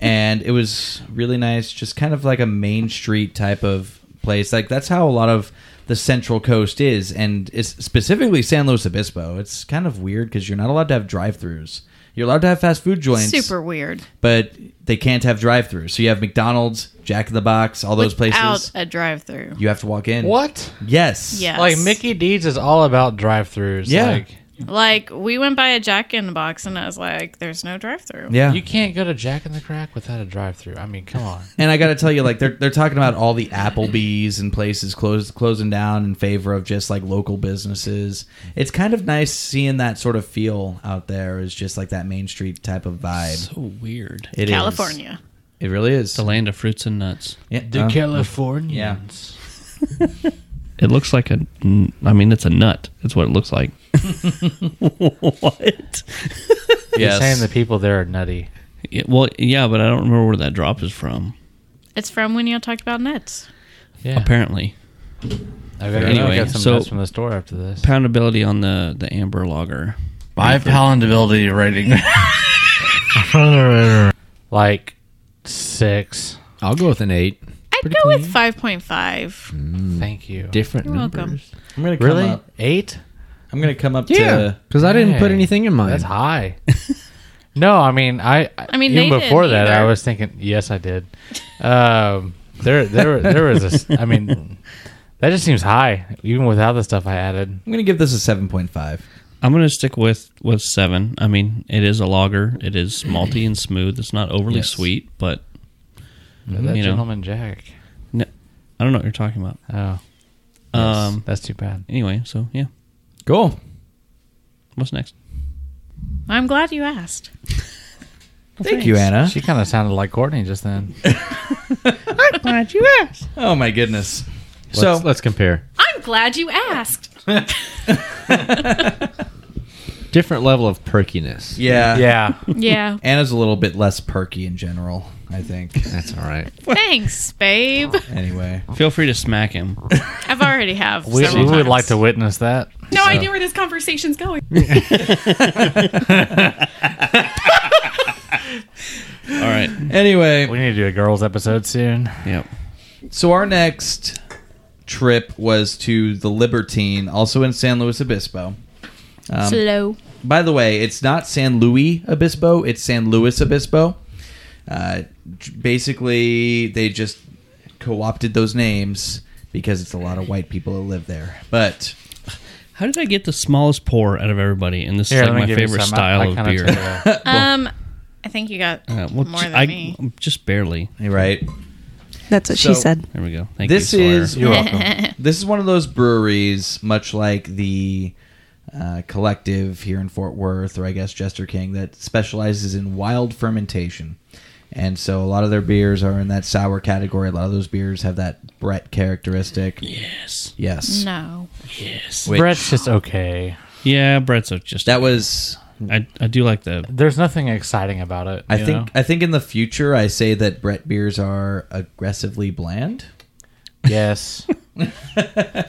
and it was really nice. Just kind of like a main street type of place. Like that's how a lot of the Central Coast is, and it's specifically San Luis Obispo. It's kind of weird because you're not allowed to have drive-throughs. You're allowed to have fast food joints,
Super weird.
but they can't have drive-throughs. So you have McDonald's, Jack in the Box, all those
Without
places.
a drive-through.
You have to walk in.
What?
Yes.
Yes.
Like Mickey Deeds is all about drive-throughs.
Yeah.
Like,
Like we went by a Jack in the Box, and I was like, "There's no drive-through."
Yeah.
you can't go to Jack in the Crack without a drive-through. I mean, come on.
And I got to tell you, like they're they're talking about all the Applebee's and places close, closing down in favor of just like local businesses. It's kind of nice seeing that sort of feel out there. Is just like that Main Street type of vibe.
So weird.
It is.
California.
It really is.
The land of fruits and nuts.
Yeah,
The
uh,
Californians.
It looks like a. I mean, it's a nut. That's what it looks like. what?
yes.
Saying the people there are nutty.
well, yeah, but I don't remember where that drop is from.
It's from when y'all talked about nuts.
Yeah.
Apparently,
I bet
Anyway,
anyway, got some
so-
nuts from the store after this.
poundability on the the amber lager.
My palatability rating.
Like six.
I'll go with an eight.
I'd
Pretty
go with
clean.
five point five.
Thank you.
Different
You're welcome.
numbers.
I'm gonna come
really?
up.
Eight?
I'm gonna come up to.
because I didn't put
Hey,
anything in mine.
That's high. no, I mean, I. I
mean,
mean,
they
even before
didn't
that, I
either.
was thinking, yes, I did. Um, there, there, there was a. s- I mean, that just seems high, even without the stuff I added.
I'm gonna give this a seven point five.
I'm gonna stick with with seven. I mean, it is a lager. It is malty and smooth. It's not overly
Yes.
sweet, but
That
Mm-hmm. you know,
gentleman Jack.
no, I don't know what you're talking about.
Oh,
Um.
that's too bad.
Anyway, so yeah,
Cool.
what's next?
I'm glad you asked.
Thank you, Anna.
She kind of sounded like Courtney just then.
Oh my goodness.
so
so
let's compare.
I'm glad you asked.
different level of perkiness.
Yeah.
Yeah.
Yeah.
Anna's a little bit less perky in general, I think.
That's all right.
Thanks, babe.
Anyway.
Feel free to smack him.
I've already have.
We,
several
we would
times.
like to witness that.
No idea where this conversation's going.
All right.
Anyway.
We need to do a girls episode soon.
Yep.
So our next trip was to the Libertine, also in San Luis Obispo. Um,
Slow.
By the way, it's not San Luis Obispo; it's San Luis Obispo. Uh, j- basically, they just co-opted those names because it's a lot of white people that live there. But
How did I get the smallest pour out of everybody? And this
Here,
is
let me
like my
give you
favorite
some. I-
style
I
of
kinda
beer.
took it out.
Um, I think you got
Uh, well,
more
j-
than
I-
me.
Just barely.
right,
That's what she
So-
said.
There we go. Thank
this
you. Sawyer.
is this is one of those breweries, much like the uh, collective here in Fort Worth, or I guess Jester King, that specializes in wild fermentation. And so a lot of their beers are in that sour category. A lot of those beers have that Brett characteristic.
Yes.
Yes.
No.
Yes.
Which-
Brett's just okay.
Yeah, Brett's are just.
That was
I, I do like the.
There's nothing exciting about it.
I
you
think
know?
I think in the future I say that Brett beers are aggressively bland.
Yes.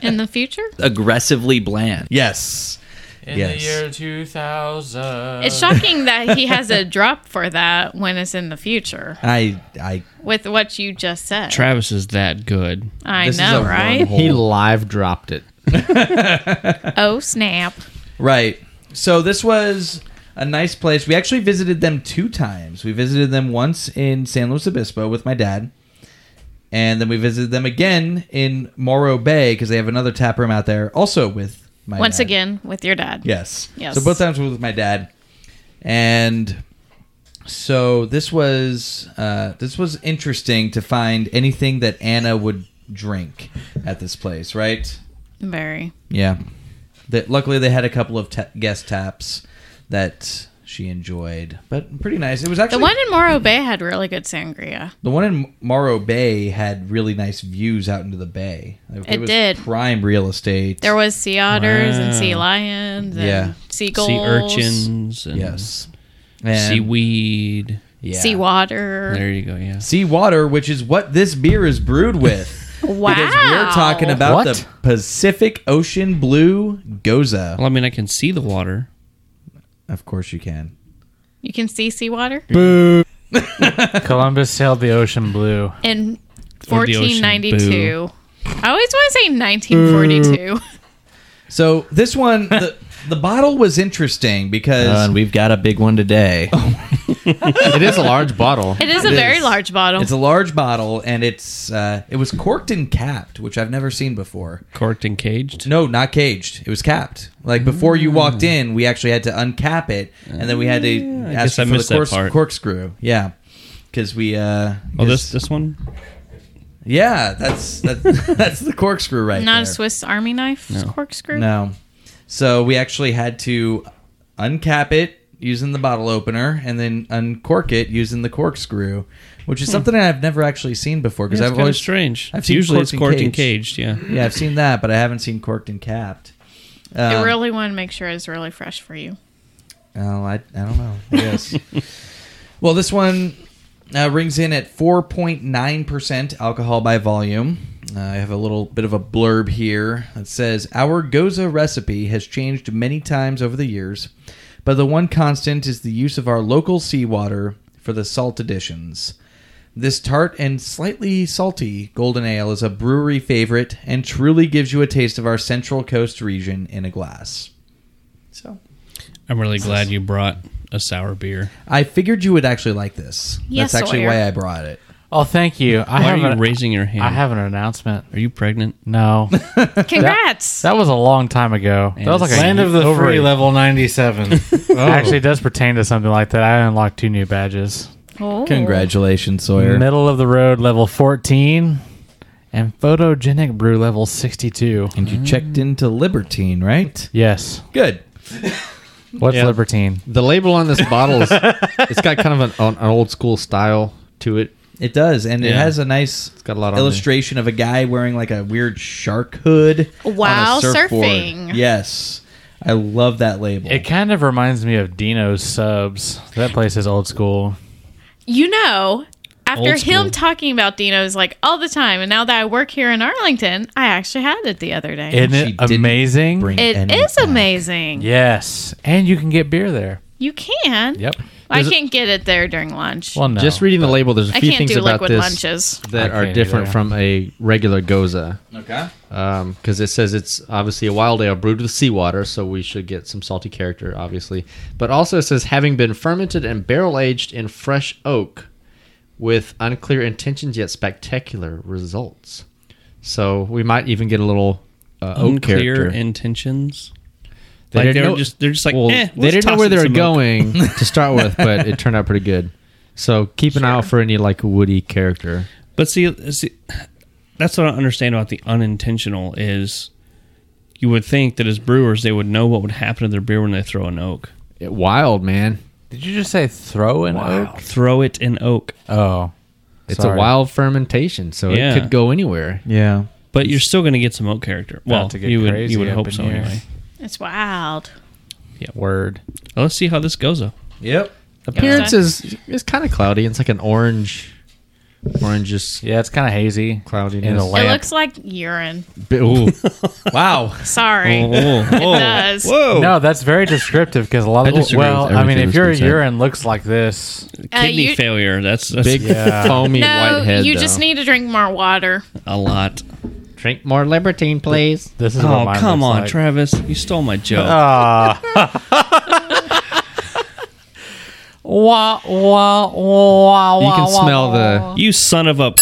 In the future,
Aggressively bland.
Yes.
In
Yes. year
2000.
it's shocking that he has a drop for that when it's in the future.
I I
With what you just said,
Travis is that good.
I
this is
know,
a
right?
wormhole.
He live dropped it.
Oh snap!
Right. So this was a nice place. We actually visited them two times. We visited them once in San Luis Obispo with my dad, and then we visited them again in Morro Bay because they have another tap room out there, also with my
Once
dad.
again, with your dad.
Yes.
Yes.
So both times were with my dad, and so this was uh, this was interesting to find anything that Anna would drink at this place, right?
Very.
Yeah. That luckily they had a couple of ta- guest taps that she enjoyed, but pretty nice. It was actually
The one in Morro Bay had really good sangria.
the one in Morro Bay had really nice views out into the bay. Like,
It did.
prime real estate.
There was sea otters and sea
Wow.
lions and
Yeah.
seagulls,
Sea urchins and
yes,
seaweed.
yeah.
sea water.
There you go. Yeah.
sea water, which is what this beer is brewed with.
Wow.
Because we're talking about
What?
the Pacific Ocean Blue Goza.
Well, I mean, I can see the water.
Of course you can.
You can see seawater
Columbus sailed the ocean blue.
in
Or the ocean,
1492. I always want to say 1942.
So this one, the, the bottle was interesting because
Uh, and we've got a big one today.
It is a large bottle.
It is a
It
very
is.
large bottle.
It's a large bottle, and it's uh, it was corked and capped, which I've never seen before.
Corked and caged.
No, not caged. It was capped. Like before you walked in, we actually had to uncap it, and then we had to ask
guess Mm. I
you for the
missed that
corks-
part.
corkscrew. Yeah, because we. Uh,
Oh,
'cause-
this this one.
Yeah, that's that's, that's the corkscrew right
Not
there.
a Swiss Army knife corkscrew.
No, so we actually had to uncap it using the bottle opener, and then uncork it using the corkscrew, which is something I've never actually seen before because
That's
I've
kind
always
of strange.
I've
It's
seen
usually it's
corked
corked
and
and caged. Yeah.
Yeah, I've seen that, but I haven't seen corked and capped.
I
Um,
really want to make sure it's really fresh for you.
Oh, I, I don't know. I guess. well, this one uh, rings in at 4.9% alcohol by volume. Uh, I have a little bit of a blurb here that says Our Goza recipe has changed many times over the years, but the one constant is the use of our local seawater for the salt additions. This tart and slightly salty golden ale is a brewery favorite and truly gives you a taste of our Central Coast region in a glass. So
I'm really glad you brought a sour beer.
I figured you would actually like this.
Yes,
That's actually
Sawyer.
why I brought it.
Oh, thank you.
Why
I
are
have
you
an,
raising your hand?
I have an announcement.
Are you pregnant?
No,
Congrats.
that was a long time ago. that was like a
Land of the
over
Free,
a-
level 97.
Actually, it does pertain to something like that. I unlocked two new badges.
oh.
Congratulations, Sawyer.
Middle of the road level 14 and photogenic brew level 62.
And you checked into Libertine, right?
Yes.
Good.
What's libertine?
The label on this bottle is it's got kind of an, an old school style to it.
It does, and it
Yeah.
has a nice
got a lot on there.
illustration of a guy wearing like a weird shark hood. on a
While
surfboard.
surfing.
Yes. I love that label.
It kind of reminds me of Dino's Subs. That place is old school.
You know, after
Old school.
him talking about Dino's like all the time, and now that I work here in Arlington, I actually had it the other day.
Isn't it amazing?
It is amazing.
Yes, and you can get beer there.
You can.
Yep.
I
There's a-
can't get it there during lunch.
Well, no.
Just reading the label, there's a
I
few
can't
things
do
about
liquid
this
lunches.
that
I
are
can't
different
either.
from a regular goza.
Okay.
because it says it's obviously a wild ale brewed with seawater, so we should get some salty character, obviously. But also it says having been fermented and barrel aged in fresh oak, with unclear intentions yet spectacular results. So we might even get a little uh, oak
Unclear
character.
intentions.
They
like they
didn't
were
know-
just they're just like
Well,
eh,
they
let's
didn't know
toss
where
in
they were
some oak.
going to start with, but it turned out pretty good. So keep an eye out for any like woody character.
But see, see, that's what I don't understand about the unintentional is. You would think that as brewers they would know what would happen to their beer when they throw an oak.
It- wild man,
Did you just say throw an oak?
Throw it in oak,
Oh,
it's
Sorry.
a wild fermentation, so
Yeah.
it could go anywhere.
Yeah.
but you're still going to get some oak character. Well,
to get
you would
crazy
you would
up
hope
in
so
here.
anyway.
It's wild.
word.
Well, let's see how this goes. Though.
Yep.
Appearance is is kind of cloudy. It's like an orange, oranges.
Yeah, it's kind of hazy,
Cloudiness.
in the
It
It
lamp.
looks like urine.
Ooh,
Wow.
Sorry.
Oh,
It does.
Whoa!
no, that's very descriptive because a lot
I
of
disagree
well,
with
I mean,
everything
if
that's
your
been said.
urine looks like this,
Uh,
Kidney
you-
failure. That's, that's
big
Yeah.
foamy
No,
white head.
you
though.
just need to drink more water.
a lot.
drink more libertine, please.
this is what
Oh
mine
come
looks
on,
like. Uh,
Travis! You stole my joke.
Wah wah wah wah.
You can smell the.
you son of a.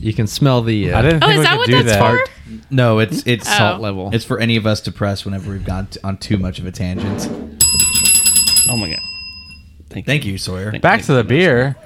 You can smell the. Uh,
I didn't
Oh,
think
is
we
that
could
what
do
that's
that.
for? Oh,
No, it's it's
Salt
level.
It's for any of us depressed whenever we've gone t- on too much of a tangent.
Oh my god!
Thank you, Sawyer.
Back to the beer.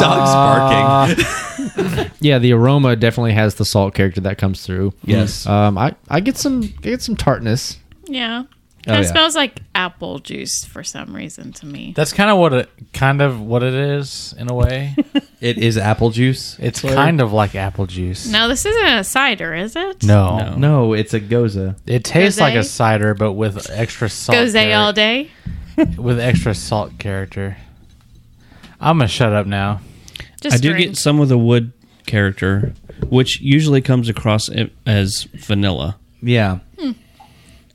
Dog's barking.
yeah, the aroma definitely has the salt character that comes through.
Yes.
Um, I I get some I get some tartness.
Yeah.
Oh,
That
yeah.
smells like apple juice for some reason to me.
that's kind of what it kind of what it is in a way.
It is apple juice.
It's kind of like apple juice.
No, this isn't a cider, is it?
No.
No, it's a goza.
It tastes
Gose?
like a cider, but with extra salt.
Goes
charac-
all day.
With extra salt character. I'm gonna shut up now.
I
Just
do
drink.
get some of the wood character, which usually comes across i- as vanilla.
Yeah.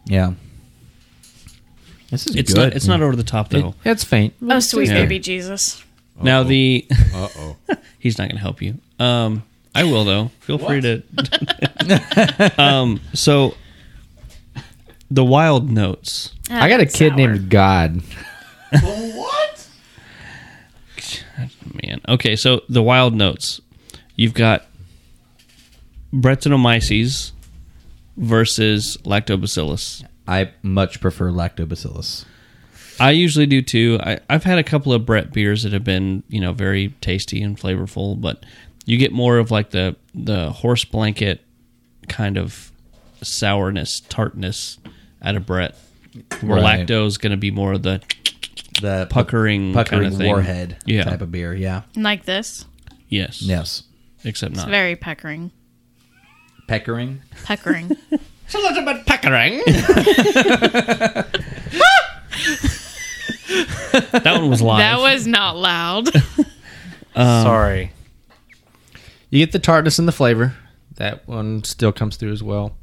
Yeah. This is
It's
good.
not. It's
Mm.
not over the top though.
It's faint.
Oh, sweet
Yeah.
baby Jesus.
now the. Uh oh. he's not going to help you. Um, I will though. Feel free to. um. So. The wild notes.
I got a kid
Sour.
named God.
man. Okay, so the wild notes. You've got Brettanomyces versus Lactobacillus.
I much prefer lactobacillus.
I usually do too. I, I've had a couple of Brett beers that have been, you know, very tasty and flavorful, but you get more of like the the horse blanket kind of sourness, tartness out of Brett. Where
Right.
lacto is going to be more of the
The
Puckering
puckering
kinda thing.
warhead
Yeah.
type of beer. Yeah.
Like this.
yes,
Yes.
except
It's
not.
very peckering.
Peckering.
Peckering.
that one was live.
that was not loud.
Sorry.
You get the tartness and the flavor. That one still comes through as well.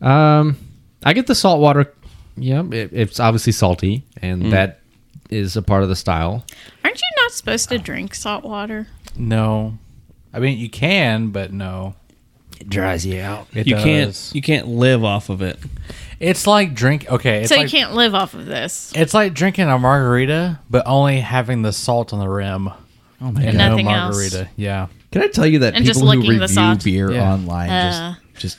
Um, I get the salt water. Yeah, it, it's obviously salty, and that is a part of the style.
Aren't you not supposed to drink salt water?
No. I mean, you can, but no.
It dries you out.
It
you
does.
can't you can't live off of it.
It's like drink. Okay. It's
so
like,
you can't live off of this.
It's like drinking a margarita, but only having the salt on the rim. Oh my
God. Nothing else.
margarita. Yeah.
Can I tell you that
And just
people who
licking the
review
salt.
beer
Yeah.
online
Uh.
just just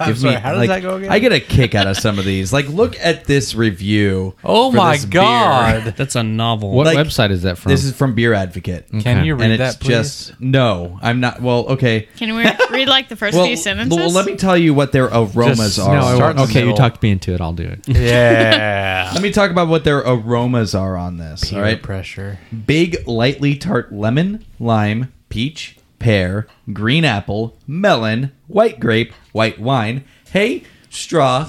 I'm
give
sorry,
me
how does
like,
that go again?
I get a kick out of some of these. Like, look at this review.
Oh
for
my
this beer.
God.
That's a novel.
What
Like,
website is that from?
This is from Beer Advocate.
Can you
and
read
it's
that, please?
just no. I'm not. Well, okay.
Can we read like the first
Well,
few sentences?
well, let me tell you what their aromas
Just-
are.
no, I
Start in
won't.
the
okay. You
middle.
talked me into it. I'll do it.
Yeah.
Let me talk about what their aromas are on this. all right.
pressure.
Big, lightly tart lemon, lime, peach, pear, green apple, melon, white grape, white wine, hay, straw,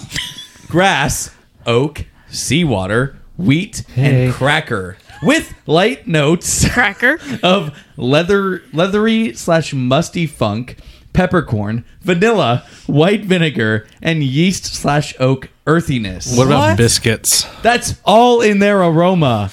grass, oak, seawater, wheat,
Hey.
and cracker. With light notes
Cracker.
of leather leathery slash musty funk, peppercorn, vanilla, white vinegar, and yeast slash oak earthiness.
What about biscuits?
That's all in their aroma.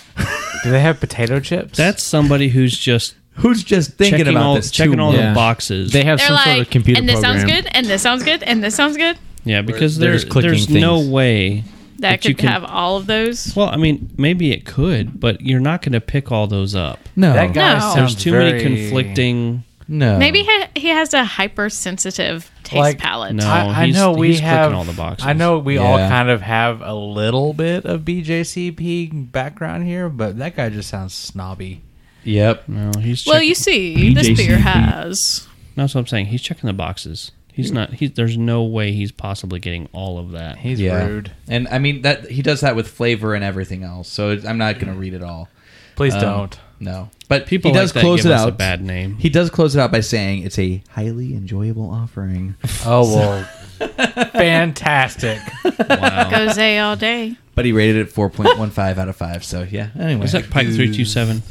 Do they have potato chips?
That's somebody who's just
Who's just thinking
checking
about
all,
this?
checking
too
all
much?
the boxes.
They have
They're
some
like,
sort of computer
and this
program.
sounds good, and this sounds good, and this sounds good.
yeah, because
they're
there's
just clicking
there's no
things.
way
That
you
could
can-
have all of those.
Well, I mean, maybe it could, but you're not going to pick all those up.
No,
That guy
No.
sounds
There's too
very-
many conflicting.
no.
Maybe he, he has a hypersensitive taste
Like-
palette.
No.
I, I
he's-
know we
he's clicking
have
all the boxes.
I know we all
Yeah.
kind of have a little bit of BJCP background here, but that guy just sounds snobby.
Yep.
No, he's
Well,
checking-
you see, this beer has.
That's what I'm saying. He's checking the boxes. He's not. He's there's no way he's possibly getting all of that.
He's
Yeah.
rude.
And I mean that he does that with flavor and everything else. So I'm not going to read it all.
Please
Um,
don't.
No. But
People
he
like
does
that
close
give
it
us a
out.
bad name.
He does close it out by saying it's a highly enjoyable offering.
Oh well. Fantastic.
Wow.
Goes A all day.
But he rated it 4.15 out of 5. So yeah. Anyway. Mm.
Is that Pike three two seven?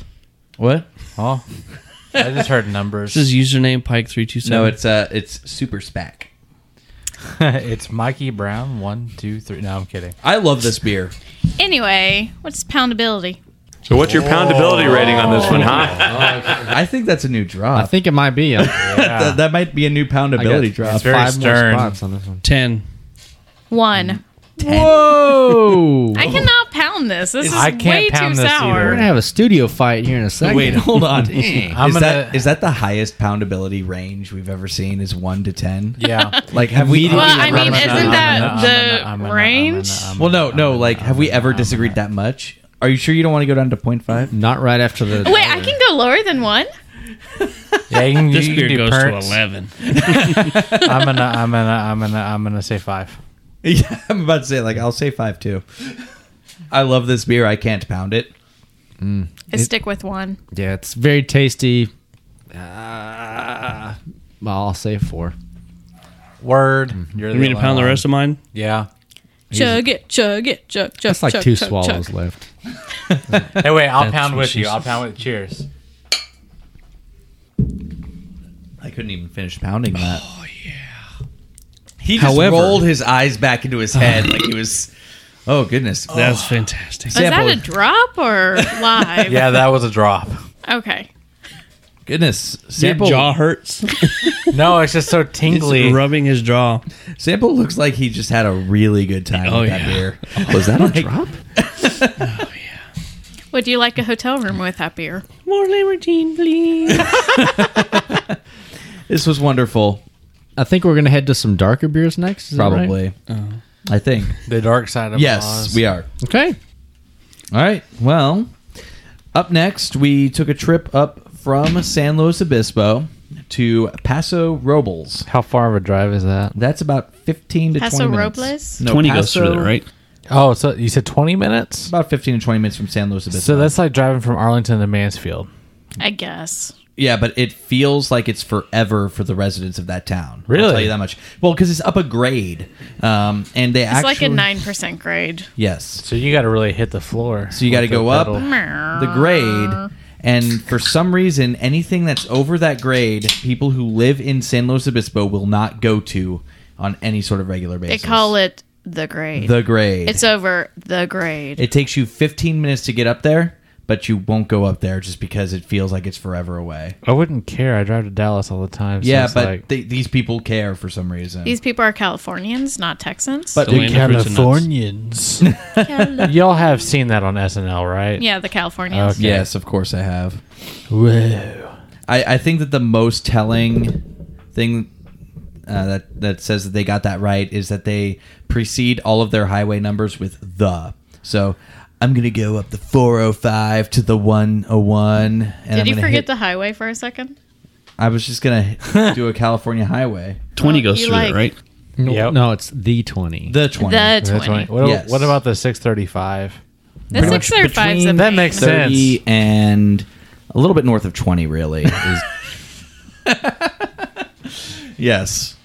what?
Oh. I just heard numbers.
This is username Pike three two seven.
No, it's uh it's super spac.
it's Mikey Brown. One, two, three. No, I'm kidding.
I love this beer.
Anyway, what's poundability?
So what's your poundability rating on this one, huh?
I think that's a new drop.
I think it might be. I'm,
that, that might be a new
I got
poundability drop.
very
five
stern.
more spots on this one.
ten.
One.
Whoa!
I cannot pound this. This is
I can't
way
pound
too
this
We're
sour.
gonna have a studio fight here in a second.
Wait, hold on.
I'm
is
gonna-
that is that the highest poundability range we've ever seen? Is one to ten?
Yeah.
Like have we?
Well, I
I'm
mean,
gonna-
isn't
I'm
that
gonna- I'm gonna- I'm
the
gonna-
range?
I'm
Well, no,
gonna-
no.
I'm
Like,
gonna-
have we
I'm
ever
gonna-
disagreed that much? Are you sure you don't want to go down to 0.5?
Not right after the.
Wait, I can go lower than one.
Yeah, you can,
This
you can
beer
do
goes
perks.
to eleven.
I'm gonna, I'm gonna, I'm gonna, I'm gonna say five.
Yeah, I'm about to say like I'll say five too. I love this beer. I can't pound it.
I stick with one.
Yeah, it's very tasty. Uh, well, I'll say four.
Word. You're
You mean to pound the rest of mine?
Yeah.
Chug it, chug it, chug, chug.
That's like
chug,
two
chug,
swallows
chug.
left.
Hey, wait. I'll
That's
pound
what
with
she
you. I'll
said.
pound with. Cheers.
I couldn't even finish pounding that. Oh yeah. He just rolled his eyes back into his head like he was. Oh goodness.
That's fantastic.
Is that
Sample.
a drop or live?
Yeah, that was a drop.
Okay.
Goodness.
Your
Sample.
jaw hurts.
No, it's just so tingly.
He's rubbing his jaw.
Sample looks like he just had a really good time
Oh,
with that
yeah.
beer. Was that a drop?
Would you like a hotel room with that beer?
More libertine, please.
This was wonderful.
I think we're gonna head to some darker beers next. is that right?
Probably. I think.
The dark side of
Yes, we are.
Okay.
All right. Well, up next, we took a trip up from San Luis Obispo to Paso Robles.
How far of a drive is that?
That's about 15 to
Paso
20 minutes.
Robles?
No,
Twenty goes
Paso-
through there, right?
Oh, so you said 20 minutes?
About 15 to 20 minutes from San Luis Obispo.
So that's like driving from Arlington to Mansfield.
I guess.
yeah, but it feels like it's forever for the residents of that town. I'll
Really?
tell you that much. Well, because it's up a grade, um, and they
It's
actually
like a 9% grade.
Yes,
So you got to really hit the floor.
So you gotta
with the
go up.
pedal.
the grade and for some reason anything that's over that grade people who live in san luis obispo will not go to on any sort of regular
They
basis
call it the grade.
the grade
it's over the grade.
it takes you 15 minutes to get up there but you won't go up there just because it feels like it's forever away
I wouldn't care. I drive to Dallas all the time. So
yeah
it's
but
like,
they, these people care for some reason
These people are Californians, not Texans.
But-
The land of fruits and nuts.
Californians.
y'all have seen that on SNL, right?
yeah, the Californians.
Okay.
yes of course i have
Whoa.
I, I think that the most telling thing uh, that that says that they got that right is that they precede all of their highway numbers with the. So I'm gonna go up the 405 to the 101. And I'm
Did you
gonna
forget
hit-
the highway for a second?
I was just gonna do a California highway.
Twenty
Well,
goes
you
through
like-
there, right?
No,
Yep.
no, it's the twenty.
The 20.
The
That's
20.
right. What,
Yes.
what about the 635?
The
much
635's
between-
a
That
pain.
makes sense.
30 and a little bit north of 20, really. is- yes.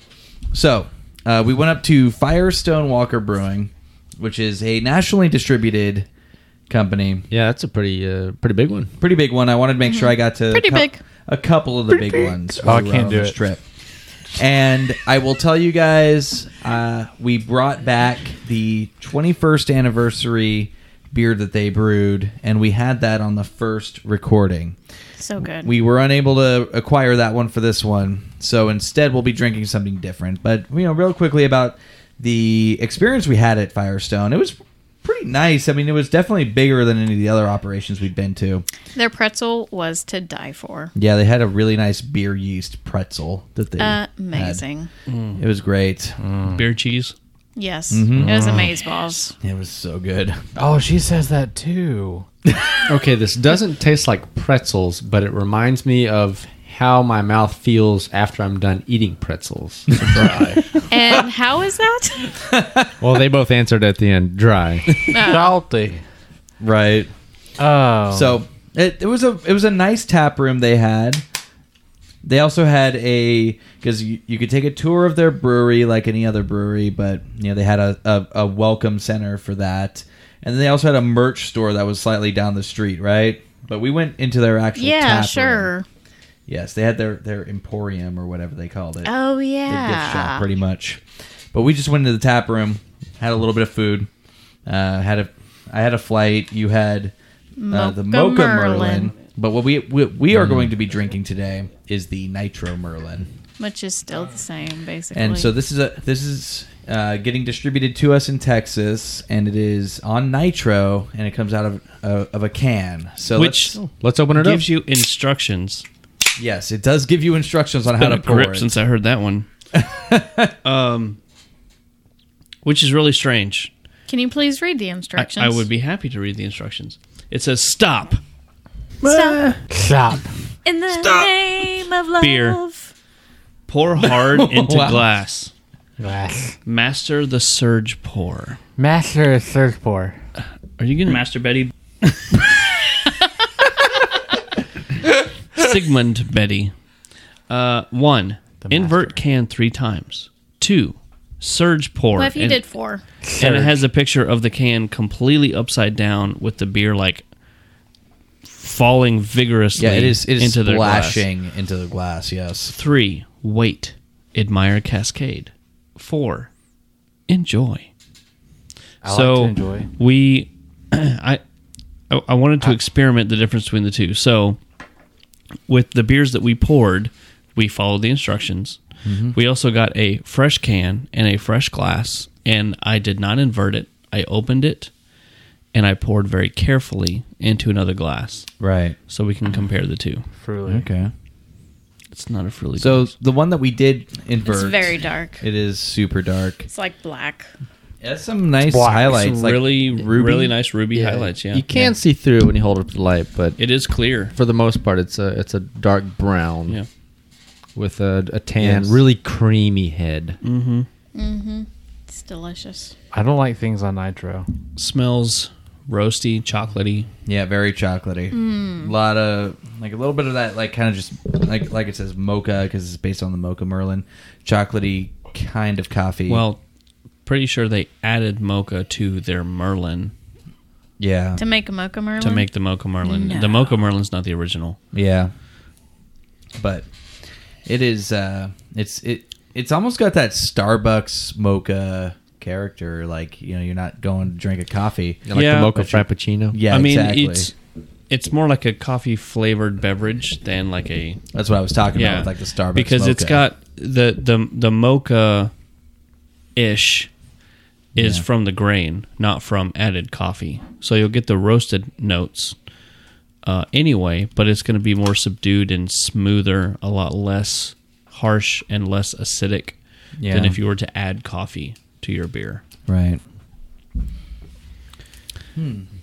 So Uh, we went up to Firestone Walker Brewing, which is a nationally distributed company.
Yeah, that's a pretty uh, pretty big one.
Pretty big one. I wanted to make sure I got to
Mm-hmm. Pretty
cou-
big.
a couple of the big, ones.
Oh, I
while we were
can't
on
do
this
it.
Trip. And I will tell you guys, uh, we brought back the 21st anniversary beer that they brewed, and we had that on the first recording.
So good.
We were unable to acquire that one for this one, so instead we'll be drinking something different. But you know, real quickly about the experience we had at Firestone, it was pretty nice. I mean, it was definitely bigger than any of the other operations we've been to.
Their pretzel was to die for.
Yeah, they had a really nice beer yeast pretzel that they had.
Amazing.
It was great.
Beer cheese.
Yes.
Mhm.
It was amazeballs.
It was so good.
Oh, she says that too.
Okay, this doesn't taste like pretzels, but it reminds me of how my mouth feels after I'm done eating pretzels. Dry.
And how is that?
well, they both answered at the end dry.
Uh,
Salty.
Right.
Oh.
So it, it was a it was a nice tap room they had. They also had a because you, you could take a tour of their brewery like any other brewery, but you know they had a, a, a welcome center for that, and then they also had a merch store that was slightly down the street, right? But we went into their actual
yeah,
tap room.
sure.
Yes, they had their their emporium or whatever they called it.
Oh,
the gift shop
yeah.
pretty much. But we just went into the tap room, had a little bit of food, uh, had a I had a flight. You had uh, the
Mocha
Mocha Merlin.
Merlin. Mm-hmm.
But what we, we we are going to be drinking today is the Nitro Merlin,
Which is still the same, basically.
and so this is a this is uh, getting distributed to us in Texas, and it is on Nitro, and it comes out of uh, of a can. So
Which
Let's open it up.
gives you instructions.
let's- yes, it does give you instructions on how
Been
to
a
pour
grip
it.
since I heard that one. um, which is really strange.
Can you please read the
I,
instructions?
I would be happy to read the instructions. It says stop
Stop.
Stop.
In the name of love.
Beer. Pour hard into
Wow.
glass.
Glass.
Master the surge pour.
Master of Surf Pour.
Are you gonna master Betty? Sigmund Betty. Uh, one. Invert can three times. Two. Surge pour.
Well, if you
and,
did four.
and it has a picture of the can completely upside down with the beer like falling vigorously.
yeah, it is it is
into their glass.
splashing into the glass. Yes.
Three, wait. Admire Cascade. Four, enjoy.
I
so
like to enjoy.
we, I, I I wanted
Uh,
to experiment the difference between the two. So with the beers that we poured, we followed the instructions.
Mm-hmm.
We also got a fresh can and a fresh glass, and I did not invert it. I opened it and I poured very carefully into another glass
Right.
so we can compare the two.
Hmm?
Truly.
Okay.
It's not a frilly.
So the one that we did invert,
It's very dark.
It is super dark.
It's like black.
It has some nice
black.
highlights,
Some
like
really
ruby.
really nice ruby highlights. Yeah,
You can see through it when you hold it up to the light, but
It is clear.
for the most part, it's a it's a dark brown
Yeah.
with a, a tan,
Yes.
really creamy head.
It's delicious.
I don't like things on nitro.
Smells roasty, chocolatey.
Yeah, very chocolatey.
Hmm.
A lot of like a little bit of that, like kind of just like like it says mocha because it's based on the mocha merlin, chocolatey kind of coffee.
Well, pretty sure they added mocha to their merlin
yeah,
To make a mocha merlin?
to make the mocha merlin. The mocha merlin's not the original.
yeah, but it is. uh It's it. It's almost got that Starbucks mocha character. Like you know, you're not going to drink a coffee.
Like
Yeah,
the mocha
but you-
frappuccino.
Yeah,
I mean
exactly.
it's it's more like a coffee flavored beverage than like a
That's what I was talking
yeah
about with like the Starbucks
because it's
mocha.
got the the the mocha ish is
Yeah.
from the grain, not from added coffee. So you'll get the roasted notes uh, anyway, but it's going to be more subdued and smoother, a lot less harsh and less acidic
Yeah.
than if you were to add coffee to your beer.
right.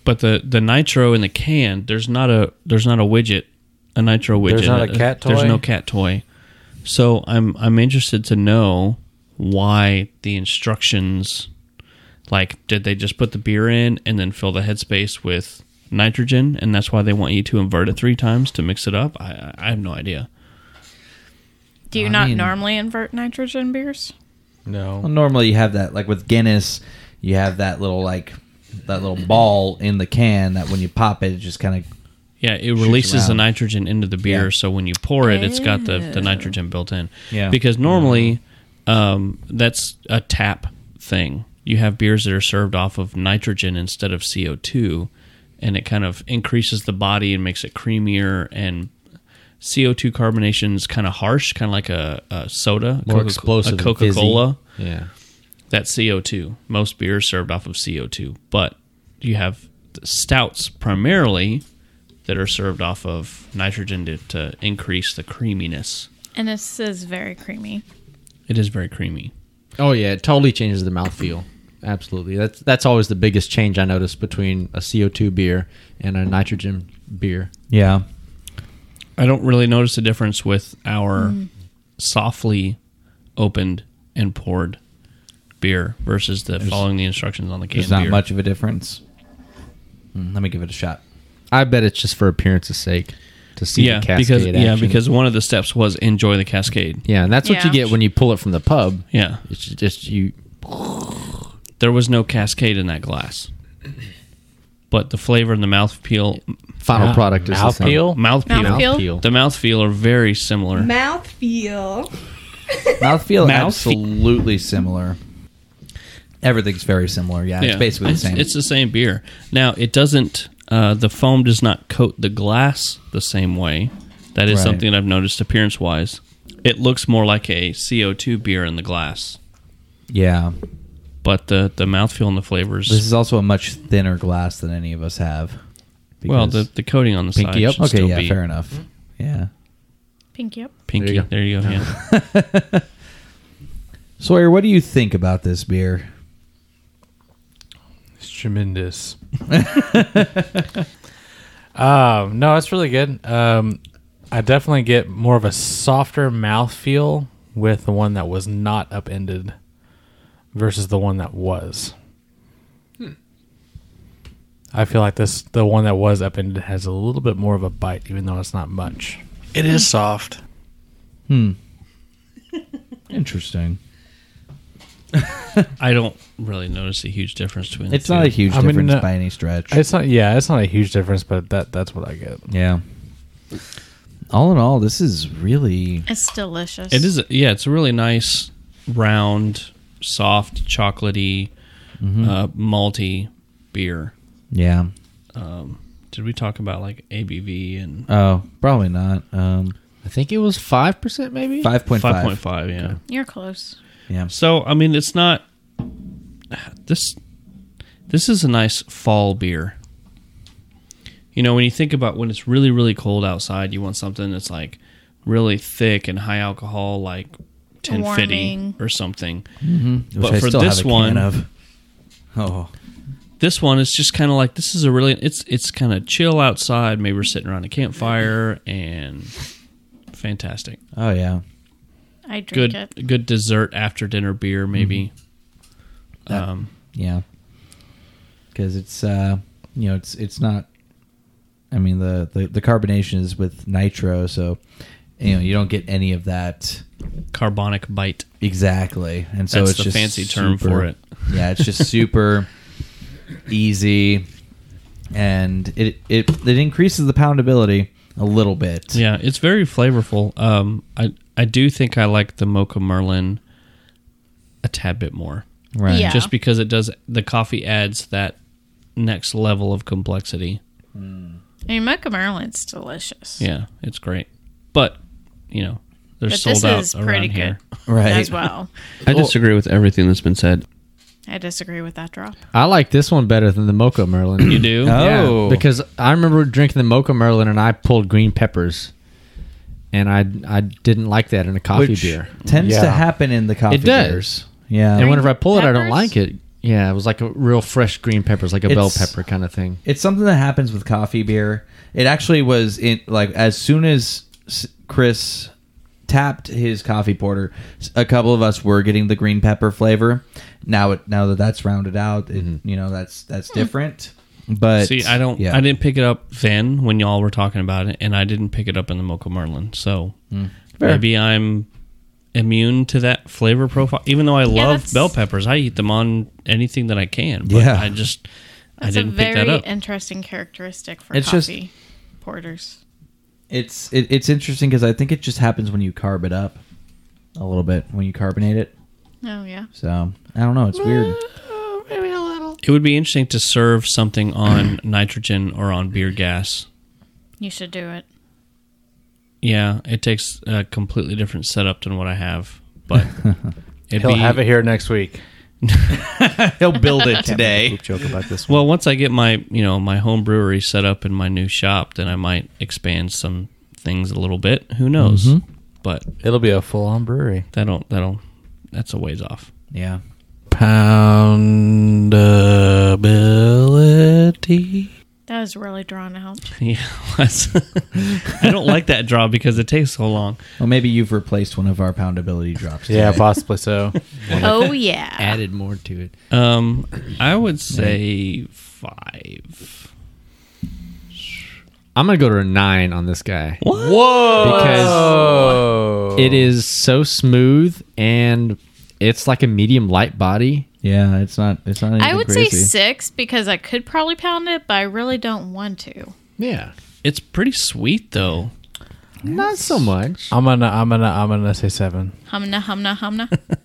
But the the nitro in the can, there's not a there's not a widget, a nitro widget. Uh,
There's not a cat
There's
toy?
no cat toy. So I'm I'm interested to know why the instructions like did they just put the beer in and then fill the headspace with nitrogen and that's why they want you to invert it three times to mix it up? I I I have no idea.
Do you
I
not
mean-
normally invert nitrogen beers?
No.
Well, normally you have that like with Guinness, you have that little like that little ball in the can that when you pop it, it just kind of
Yeah, it releases the
around.
nitrogen into the beer,
Yeah.
so when you pour it, it's got the, the
Oh.
nitrogen built in.
Yeah.
Because normally, um, that's a tap thing. You have beers that are served off of nitrogen instead of CO two, and it kind of increases the body and makes it creamier. And CO two carbonation is kind of harsh, kind of like a, a soda,
More
Coca-
explosive
a
and
Coca
fizzy.
Cola.
Yeah.
That's CO2. Most beers served off of CO2, but you have stouts primarily that are served off of nitrogen to, to increase the creaminess.
And this is very creamy.
It is very creamy.
Oh yeah, it totally changes the mouthfeel. Absolutely. That's that's always the biggest change I notice between a CO2 beer and a nitrogen beer.
yeah.
I don't really notice a difference with our softly opened and poured beer versus the following the instructions on the can.
There's not
beer.
much of a difference. Mm, Let me give it a shot.
I bet it's just for appearance's sake to see
yeah,
the cascade
because yeah,
action.
because one of the steps was enjoy the cascade.
yeah, and that's what you
Yeah.
get when you pull it from the pub.
Yeah.
It's just you
There was no cascade in that glass. But the flavor and the mouthfeel
final product is the same.
Mouthfeel?
Mouthfeel.
Mouthfeel?
Mouthfeel.
The mouthfeel are very similar.
Mouth feel.
Mouthfeel
Mouthfeel.
absolutely similar. Everything's very similar. Yeah, it's basically the
It's-
same.
It's the same beer. Now it doesn't. Uh, the foam does not coat the glass the same way. That is
Right.
something I've noticed appearance wise. It looks more like a CO2 beer in the glass,
yeah.
but the the mouthfeel and the flavors.
This is also a much thinner glass than any of us have.
well, the,
because-
the coating on the
Pinky
side.
up?
should
okay,
still
yeah,
be
fair enough. Yeah.
Pinky up.
Pinky. There you go. yeah.
Sawyer, what do you think about this beer?
It's tremendous. um, no, it's really good. Um, I definitely get more of a softer mouthfeel with the one that was not upended versus the one that was. I feel like this the one that was upended has a little bit more of a bite, even though it's not much.
It is soft.
Hmm. Interesting.
I don't really notice a huge difference between. the
It's not
two.
a huge
I mean,
difference
uh,
by any stretch.
It's not yeah, it's not a huge difference, but that that's what I get.
Yeah. All in all, this is really
It's delicious.
It is. Yeah, it's a really nice, round, soft, chocolatey,
Mm-hmm.
uh, malty beer.
yeah.
Um, did we talk about like ABV and
Oh, probably not. Um,
I think it was 5% maybe.
five point
five
five.
point five? Yeah.
You're close.
Yeah.
So I mean, it's not this. This is a nice fall beer. You know, when you think about when it's really really cold outside, you want something that's like really thick and high alcohol, like ten fifty
Warming.
or something.
Mm-hmm.
But for this one-
of. oh,
this one is just kind of like this is a really it's it's kind of chill outside. Maybe we're sitting around a campfire and fantastic.
oh yeah,
I drink
Good
it.
good dessert after dinner beer maybe.
That-
Um,
yeah. Because it's uh, you know, it's it's not. I mean, the, the the carbonation is with nitro, so you know you don't get any of that
carbonic bite.
exactly, and so
That's
it's
the
just
fancy term
super-
for it.
Yeah, it's just super easy, and it it it increases the poundability a little bit.
Yeah, it's very flavorful. Um, I I do think I like the mocha merlin a tad bit more,
Right.
Yeah.
just because it does the coffee adds that next level of complexity.
I mean, Mocha Merlin's delicious.
Yeah, it's great, but you know they're
But
sold
this
out
is
around
pretty good
here.
Right.
as well.
I disagree with everything that's been said.
I disagree with that drop.
I like this one better than the Mocha Merlin.
You do?
Oh.
because I remember drinking the Mocha Merlin and I pulled green peppers. And I I didn't like that in a coffee
Which
beer.
tends to
Yeah.
happen in the coffee
It does.
beers. Yeah,
And whenever I pull it, I don't
peppers?
like it. Yeah, it was like a real fresh green peppers, like a bell
It's-
pepper kind of thing.
It's something that happens with coffee beer. It actually was in like as soon as S- Chris tapped his coffee porter, s- a couple of us were getting the green pepper flavor. Now it now that that's rounded out, it, you know that's that's different. But
Hmm. See, I don't.
Yeah,
I didn't pick it up then when y'all were talking about it, and I didn't pick it up in the Mocha Merlin. So maybe I'm immune to that flavor profile. Even though I
Yeah,
love
that's-
bell peppers, I eat them on anything that I can. But
Yeah.
I just I
That's a
didn't pick that
very
up.
interesting characteristic for
It's just-
coffee porters.
It's it, it's interesting because I think it just happens when you carb it up a little bit when you carbonate it.
Oh yeah.
So I don't know. It's weird.
Maybe a little.
It would be interesting to serve something on nitrogen or on beer gas.
You should do it.
Yeah, it takes a completely different setup than what I have, but it'd
He'll
be-
have it here next week.
He'll build it
today.
today.
joke about this
Well, once I get my you know my home brewery set up in my new shop, then I might expand some things a little bit. Who knows?
Mhm.
Mm-hmm.
But
It'll be a full on brewery.
that'll that'll that's a ways off.
Yeah.
Poundability.
That was really drawn out.
Yeah, it was. I don't like that draw because it takes so long.
Well, maybe you've replaced one of our poundability drops.
Yeah,
today.
possibly so.
oh yeah.
Added more to it.
Um, I would say five.
I'm gonna go to a nine on this guy
Whoa!
because
Oh.
it is so smooth and it's like a medium light body.
yeah. It's not. It's not. Anything
I would
crazy.
say six because I could probably pound it, but I really don't want to.
Yeah,
It's pretty sweet though.
not so much.
I'm gonna, I'm gonna, I'm gonna say seven.
Humna humna humna.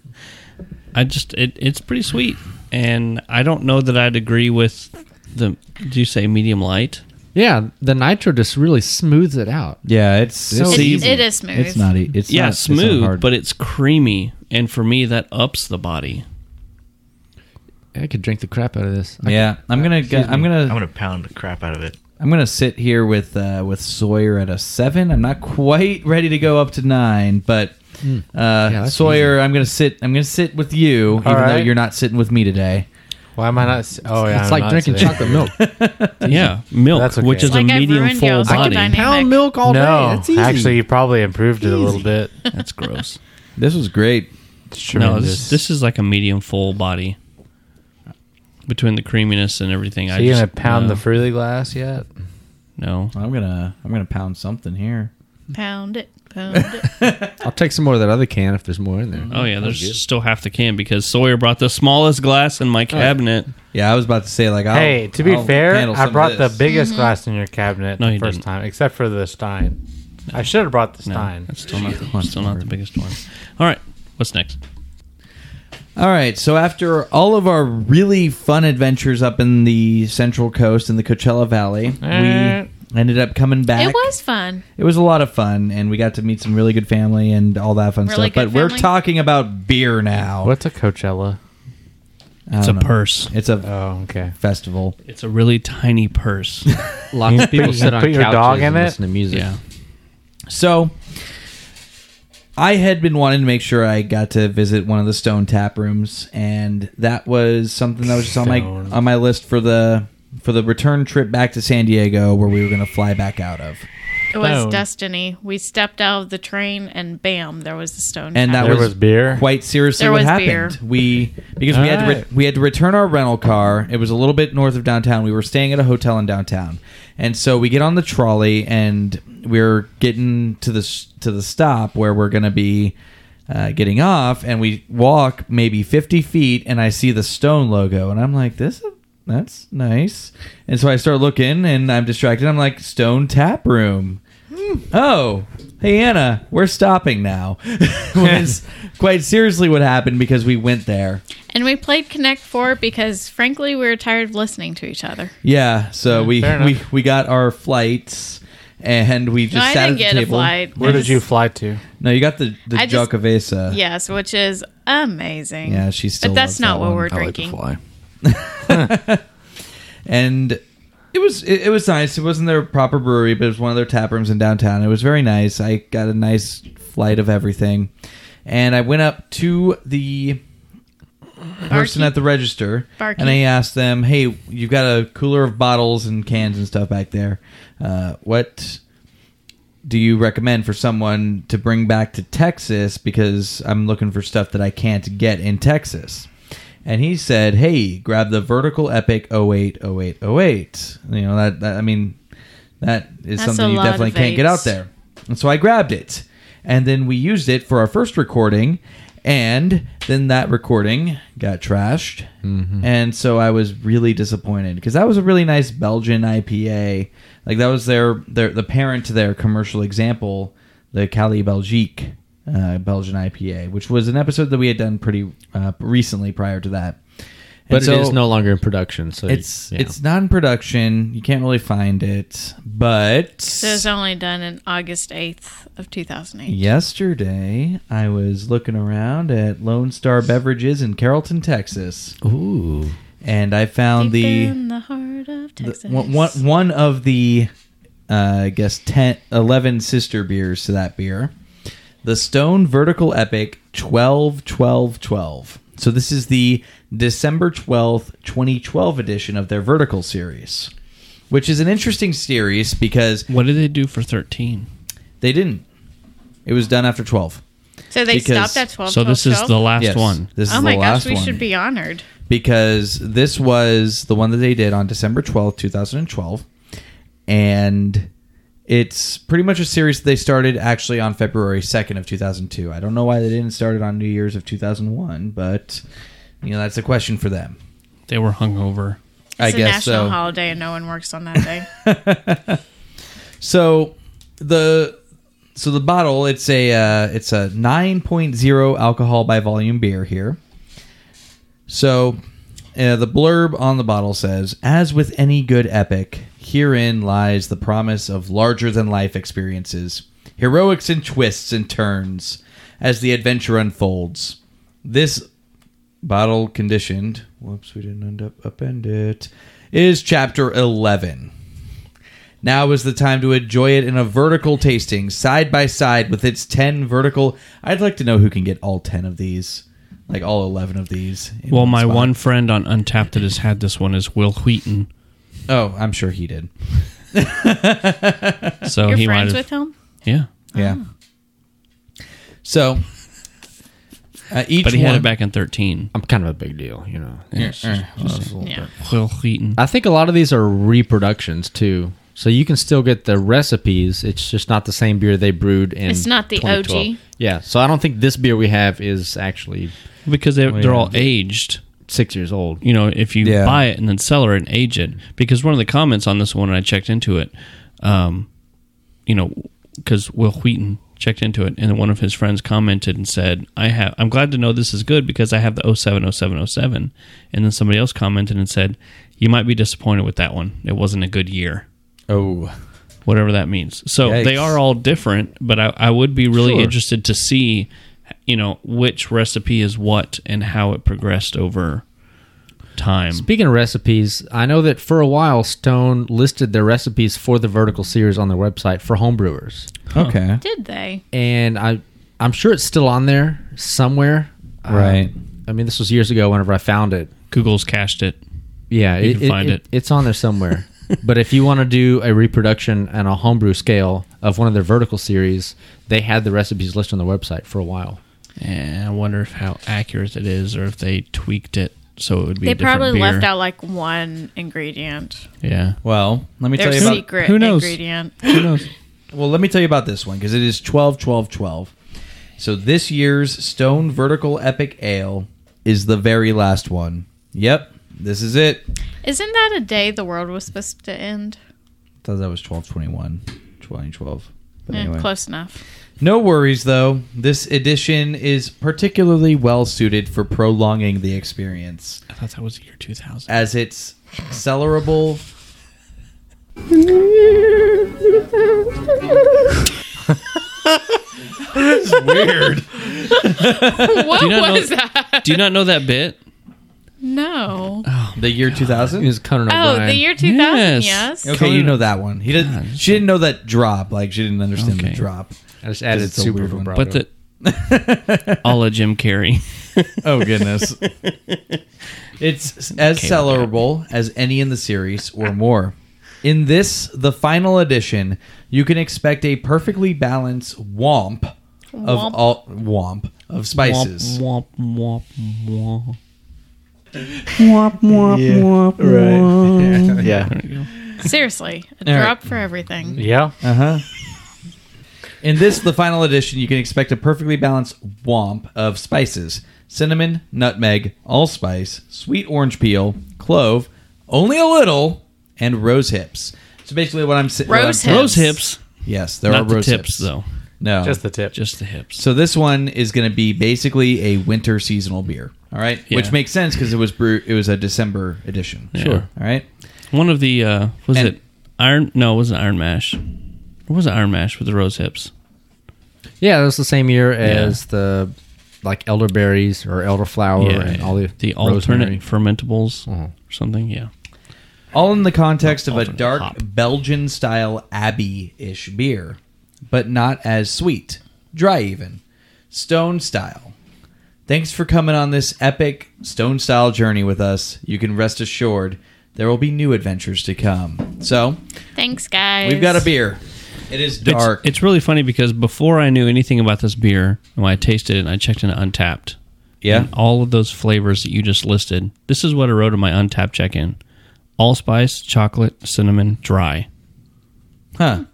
I just it, it's pretty sweet, and I don't know that I'd agree with the. Do you say medium light?
Yeah, the nitro just really smooths it out.
Yeah. It's so
It's-
easy.
it is smooth.
It's not. e- It's
yeah,
not, it's not
smooth,
hard.
but it's creamy, and for me that ups the body.
I could drink the crap out of this. I
yeah. I'm gonna. go- I'm gonna.
I'm gonna pound the crap out of it.
I'm gonna sit here with uh, with Sawyer at a seven. I'm not quite ready to go up to nine, but uh,
that's
Sawyer, I'm gonna sit. I'm gonna sit with you, even though
right.
you're not sitting with me today.
Why am I not? s- Oh, yeah,
it's
I'm
like
not
drinking
today.
chocolate milk.
Yeah, milk,
That's okay.
which is
Like
a
I've
medium
ruined
full
y'all's
body.
dynamic.
Pound milk all day.
No,
That's easy.
actually, you probably improved it a little bit.
That's gross.
This was great.
It's
no,
tremendous.
this, this is like a medium full body. Between the creaminess and everything,
So
I
you
just
gonna pound
no,
the fruity glass yet?
no.
I'm gonna I'm gonna pound something here.
Pound it. Pound it.
I'll take some more of that other can if there's more in there.
Oh yeah, there's still half the can because Sawyer brought the smallest glass
Oh,
in my cabinet.
Yeah, I was about to say like, I'll,
hey, to be
I'll
fair,
handle
I
some
brought
of
the
this.
biggest glass in your cabinet
No,
the
you
1st
didn't.
time, except for the Stein. I should have brought the
No,
Stein.
that's still not, the, still not the biggest one. All right, what's next?
All right, so after all of our really fun adventures up in the Central Coast in the Coachella Valley,
Eh.
we ended up coming back.
It was fun.
It was a lot of fun, and we got to meet some really good family and all that fun
Really
stuff. But
good
we're
family?
talking about beer now.
What's a Coachella?
I
It's a
don't know.
purse. Uh,
It's a
Oh, okay.
festival.
It's a really tiny purse.
Lots of people
put-
sit on
put your
couches
dog
and
in it?
listen to music.
yeah,
So I had been wanting to make sure I got to visit one of the Stone tap rooms, and that was something that was just on my
Stone.
on my list for the for the return trip back to San Diego, where we were going to fly back out of.
It was
Stone.
destiny. We stepped out of the train and bam, there was the stone.
And that
tap.
There
was,
was beer?
Quite seriously,
There
what
was
happened?
beer.
We because we had to re-
Alright.
we had to return our rental car. It was a little bit north of downtown. We were staying at a hotel in downtown, and so we get on the trolley and we're getting to the s- to the stop where we're going to be uh, getting off, and we walk maybe fifty feet, and I see the Stone logo, and I'm like, this. That's nice. And so I start looking and I'm distracted. I'm like, Stone Tap Room. Oh, hey Anna, we're stopping now. was quite seriously what happened because we went there.
And we played Connect Four because, frankly, we were tired of listening to each other.
Yeah, so we
fair
we,
enough.
we got our flights and we just
No, I
sat at
didn't
the
get
table.
a flight.
Where
I
did
just-
you fly to?
No, you got the the
I just-
Jacavesa.
Yes, which is amazing.
Yeah, she still
But
loves
that's not
that
what
one.
we're
I like to
drinking.
fly.
and it was it, it was nice. It wasn't their proper brewery, but it was one of their tap rooms in downtown. It was very nice. I got a nice flight of everything, and I went up to the person
Barkeep.
at the register,
Barkeep.
and I asked them, "Hey, you've got a cooler of bottles and cans and stuff back there. Uh, what do you recommend for someone to bring back to Texas because I'm looking for stuff that I can't get in Texas. And he said, "Hey, grab the Vertical Epic 080808. You know that, that I mean that is
That's a
something you
lot
definitely
of
can't get out
eights.
there. And so I grabbed it. and then we used it for our first recording, and then that recording got trashed,
Mm-hmm.
and so I was really disappointed because that was a really nice Belgian IPA. Like that was their their the parent to their commercial example, the Cali Belgique uh, Belgian IPA, which was an episode that we had done pretty uh, recently prior to that. And
But
so-
it is no longer in production. So
it's
yeah.
it's not in production. You can't really find it. But
So it's only done in August 8th of 2008.
yesterday, I was looking around at Lone Star Beverages in Carrollton, Texas.
Ooh.
And I found the,
in the heart of
the-
Texas.
one, one, one of the uh, I guess 10, 11 sister beers to that beer. The Stone Vertical Epic 12 12 12. So this is the December 12th, 2012 edition of their Vertical series, which is an interesting series because
What did they do for 13?
they didn't. It was done after 12.
So they
Because-
stopped at 12.
So this
12,
is the last
Yes,
one.
This is
oh
the
my
last
gosh, we
one.
should be honored.
because this was the one that they did on December 12th, 2012. And it's pretty much a series that they started actually on February 2nd of 2002. I don't know why they didn't start it on New Year's of 2001, but you know, that's a question for them.
They were hungover.
It's
I
a
guess
national
so.
holiday and no one works on that day.
So the so the bottle it's a uh, it's a 9.0 alcohol by volume beer here. So uh, the blurb on the bottle says, "As with any good epic, herein lies the promise of larger than life experiences, heroics and twists and turns as the adventure unfolds." This bottle conditioned. Whoops, we didn't end up upend it. Is chapter 11. Now is the time to enjoy it in a vertical tasting, side by side with its 10 vertical. I'd like to know who can get all 10 of these, like all 11 of these. in
Well, my
spot.
one friend on Untapped that has had this one is Will Wheaton.
Oh, I'm sure he did.
So
You're
he might
friends
have,
with him?
yeah,
Yeah. So uh, each
but he
one,
had it back in thirteen.
I'm kind of a big deal, you know.
It's just- just-
Mm-hmm. Yeah.
Will Wheaton.
I think a lot of these are reproductions too. So you can still get the recipes. It's just not the same beer they brewed in.
It's not the OG.
2012. Yeah. So I don't think this beer we have is actually
because they,
Well,
they're
yeah.
all aged.
six years old.
You know, if you
Yeah.
buy it and then cellar it and age it, because one of the comments on this one, when I checked into it, um, you know, because Will Wheaton checked into it, and then one of his friends commented and said, "I have, I'm glad to know this is good because I have the 070707." and then somebody else commented and said, "You might be disappointed with that one. It wasn't a good year."
Oh.
whatever that means. So
Yikes.
they are all different, but I, I would be really
Sure.
interested to see, you know, which recipe is what and how it progressed over time.
Speaking of recipes, I know that for a while Stone listed their recipes for the vertical series on their website for homebrewers.
Okay.
Did they?
And I I'm sure it's still on there somewhere. Um,
Right.
I mean this was years ago whenever I found it.
Google's cached it.
Yeah,
You can find it.
It's on there somewhere. but if you want to do a reproduction and a homebrew scale of one of their vertical series, they had the recipes listed on their website for a while.
And I wonder if how accurate it is or if they tweaked it so it would be.
They
a different
probably
beer.
left out like one ingredient.
Yeah.
Well, let me
Their
tell you about
secret
who knows?
ingredient.
Who knows?
Well, let me tell you about this one because it is 12 12 12. So this year's Stone Vertical Epic Ale is the very last one. Yep, this is it.
Isn't that a day the world was supposed to end?
thought that was 12 21, 2012. But
Eh,
anyway.
close enough.
No worries though. This edition is particularly well suited for prolonging the experience
I thought that was the year 2000.
as it's cellarable.
what
you not
was
know-
that?
Do you not know that bit?
No.
The
Oh
year 2000?
Is Conan
Oh,
O'Brien.
the year 2000,
Yes.
yes.
Okay, you know that one. He didn't. She didn't know that drop. Like she didn't understand
Okay.
the drop.
I just added
It's a
super
weird one.
vibrato.
But the. a la Jim Carrey.
Oh goodness. it's as cellarable as any in the series or more. In this, the final edition, you can expect a perfectly balanced womp, of
Womp.
all womp of spices.
Womp, womp, womp, womp.
Seriously, a
All right.
drop for everything.
Oh.
Yeah.
Uh huh. Uh-huh. In this, the final edition, you can expect a perfectly balanced womp of spices cinnamon, nutmeg, allspice, sweet orange peel, clove, only a little, and rose hips. So basically, what I'm saying
Rose hips. Rose hips.
Yes, there
Not
are
the
rose
tips,
hips
though.
No,
Just the tip.
Just the hips.
So this one is going to be basically a winter seasonal beer. All right,
Yeah.
which makes sense because it was brew. It was a December edition.
Yeah.
All right.
One of the uh, was
And-
it iron? No, it wasn't iron mash. What was it iron mash with the rose hips?
Yeah, that was the same year as the like elderberries or elderflower
Yeah,
and all the
the
rosemary. Mm-hmm.
alternate fermentables or something. Yeah,
All in the context of a dark Belgian style Abbey ish beer, but not as sweet, dry even, stone style. Thanks for coming on this epic stone style journey with us. You can rest assured there will be new adventures to come. So,
Thanks, guys.
we've got a beer. It is
It's-
dark.
It's, really funny because before I knew anything about this beer, when I tasted it, and I checked in Untapped.
Yeah.
and all of those flavors that you just listed. This is what I wrote in my Untapped check-in: allspice, chocolate, cinnamon, dry.
Huh.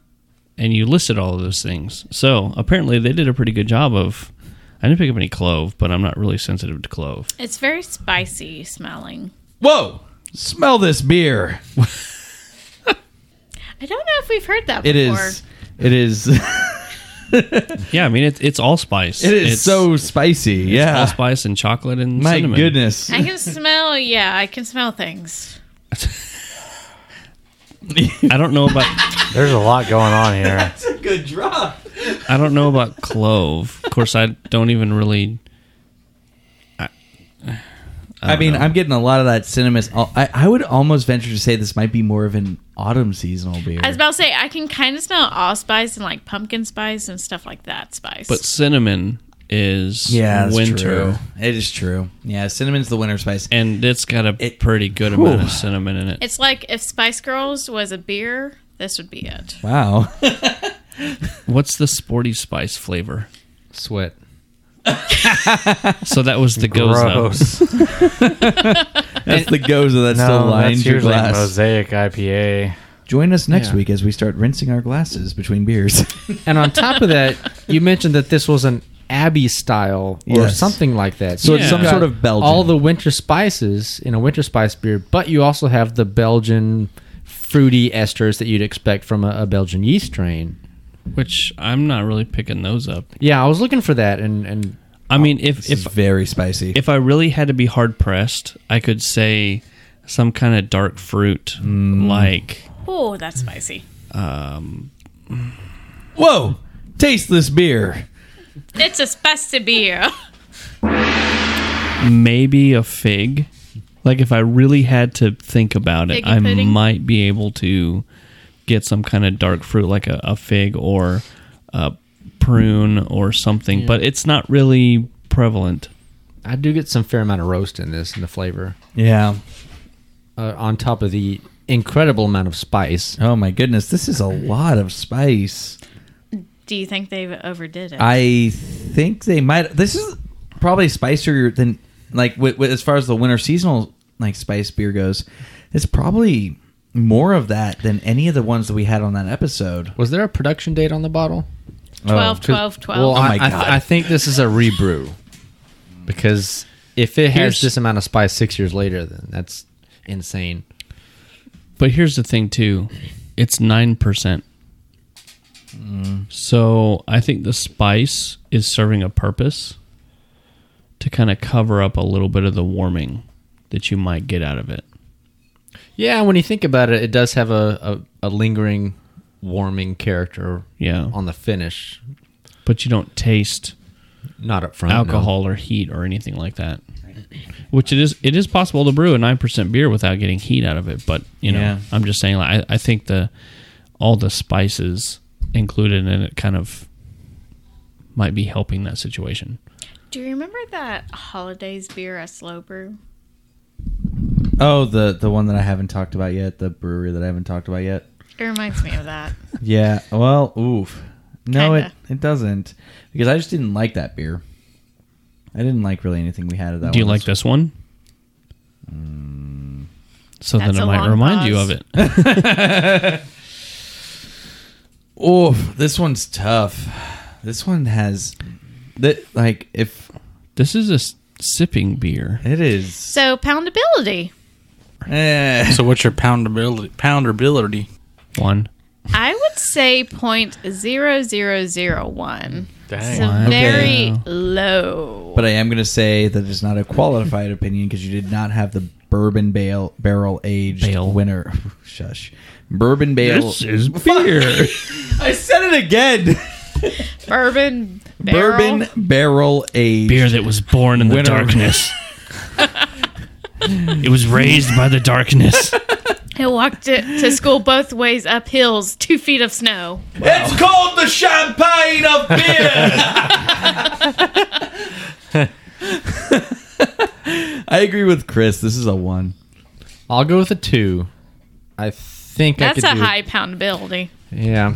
And you listed all of those things. So apparently they did a pretty good job of. I didn't pick up any clove, but I'm not really sensitive to clove.
It's very spicy smelling.
Whoa! Smell this beer.
I don't know if we've heard that
It
before.
is. It is.
Yeah, I mean it's it's allspice.
It is
It's-
so spicy.
it's
Yeah.
allspice and chocolate and
My
cinnamon.
goodness.
I can smell. Yeah, I can smell things.
I don't know about
There's a lot going on here.
That's a good drop.
I don't know about clove. Of course, I don't even really.
I, mean, I'm getting a lot of that cinnamon. I, I would almost venture to say this might be more of an autumn seasonal beer.
I was about to say I can kind of smell allspice and like pumpkin spice and stuff like that spice.
But cinnamon is
yeah, that's
winter,
true. It is true. Yeah, cinnamon's the winter spice.
and it's got a pretty good
Whew.
amount of cinnamon in it.
it's like if Spice Girls was a beer, this would be it.
Wow.
What's the sporty spice flavor?
Sweat.
So that was the gozo.
Gross.
That's the goes that still lines
that's
your
usually
glass.
Mosaic IPA.
Join us next
Yeah.
week as we start rinsing our glasses between beers.
And on top of that, you mentioned that this was an Abbey style or
Yes.
something like that.
So it's
you've
some
got
sort of Belgian.
All the winter spices in a winter spice beer, but you also have the Belgian fruity esters that you'd expect from a, a Belgian yeast strain.
Which I'm not really picking those up.
Yeah, I was looking for that, and and
Oh,
I mean, if
it's
if
very spicy.
if I really had to be hard pressed, I could say some kind of dark fruit
Mm.
like
Oh, that's spicy.
um,
Whoa! Taste this beer.
It's a spicy beer.
maybe a fig. Like if I really had to think about it,
Fig
I
and pudding?
might be able to get some kind of dark fruit, like a, a fig or a prune or something. But it's not really prevalent.
I do get some fair amount of roast in this in the flavor,
Yeah.
uh, on top of the incredible amount of spice.
Oh my goodness, this is a lot of spice.
Do you think they overdid it?
I think they might. This is probably spicier than like with, with, as far as the winter seasonal like spice beer goes. It's probably more of that than any of the ones that we had on that episode.
Was there a production date on the bottle?
12,
Cause-
12, 12.
Well,
Oh
I,
my
I-
God.
I think this is a rebrew because if it has this amount of spice six years later, then that's insane.
But here's the thing, too it's 9%. So I think the spice is serving a purpose to kind of cover up a little bit of the warming that you might get out of it.
Yeah, when you think about it, it does have a, a, a lingering warming character
Yeah.
on the finish,
But you don't taste
not up front. no.
alcohol or heat or anything like that. Which it is it is possible to brew a nine percent beer without getting heat out of it, but you know,
Yeah.
I'm just saying like I, I think the all the spices included in it kind of might be helping that situation.
Do you remember that holidays beer at Slow Brew?
Oh, the the one that I haven't talked about yet, the brewery that I haven't talked about yet.
It reminds me of that.
Yeah. Well, oof. No,
Kinda.
it it doesn't because I just didn't like that beer. I didn't like really anything we had of that.
Do you
one. Mm.
like this one? So
That's
then
a
it might
long
remind you of
pause.
it.
Oh, this one's tough. This one has that like if
this is a s- sipping beer.
It is.
So poundability.
Eh.
So what's your poundability? Poundability.
One.
I would say point zero zero zero one.
Dang.
So
Wow.
very
Okay.
low.
But I am going to say that it's not a qualified opinion because you did not have the bourbon bale, barrel aged winner. Shush. Bourbon barrel.
This is beer.
I said it again.
Bourbon barrel.
Bourbon barrel aged.
Beer that was born in the
Winner.
darkness. it was raised by the darkness.
I walked it to school both ways up hills, two feet of snow.
It's called the champagne of beer. I agree with Chris. This is a one.
I'll go with a two. I think
That's
I
a
could do-
high poundability.
Yeah.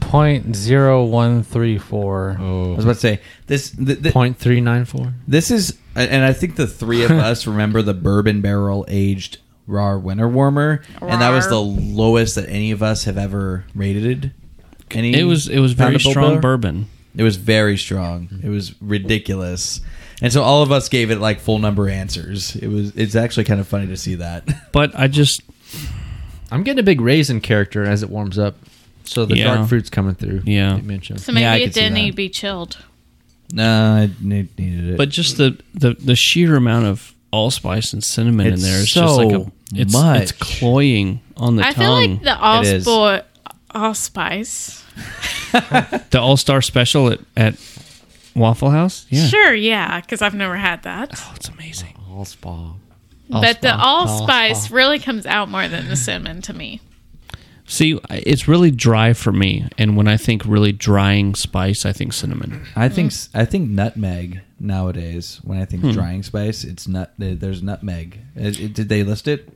Point zero one three four.
Oh.
I was about to say this. Th- th-
Point three nine four.
This is, and I think the three of us remember the bourbon barrel aged raw winter warmer, and that was
Rar.
the lowest that any of us have ever rated. it. Any
It was- it was very
foundable
strong
beer?
bourbon.
It was very strong. It was ridiculous, and so all of us gave it like full number answers. It was. It's actually kind of funny to see that.
But I just
I'm getting a big raisin character as it warms up, so the
Yeah.
dark fruit's coming through.
Yeah.
you mentioned.
So maybe
I
it
could see
didn't
that.
need to be chilled.
no, I ne- needed it.
but just the, the the sheer amount of allspice and cinnamon
It's
in there is just like a
so
it's it's
much.
cloying on the
I feel
tongue.
like the
It is.
allspo- allspice.
the All Star Special at, at Waffle House. Yeah,
Sure, yeah, because I've never had that.
oh, it's amazing.
All spa.
but the allspice
Allspice.
really comes out more than the cinnamon to me.
See, I- it's really dry for me, and when I think really drying spice, I think cinnamon.
I think
Mm.
s I think nutmeg nowadays. When I think
Hmm.
drying spice, it's nut. there- There's nutmeg. It- it- did they list it?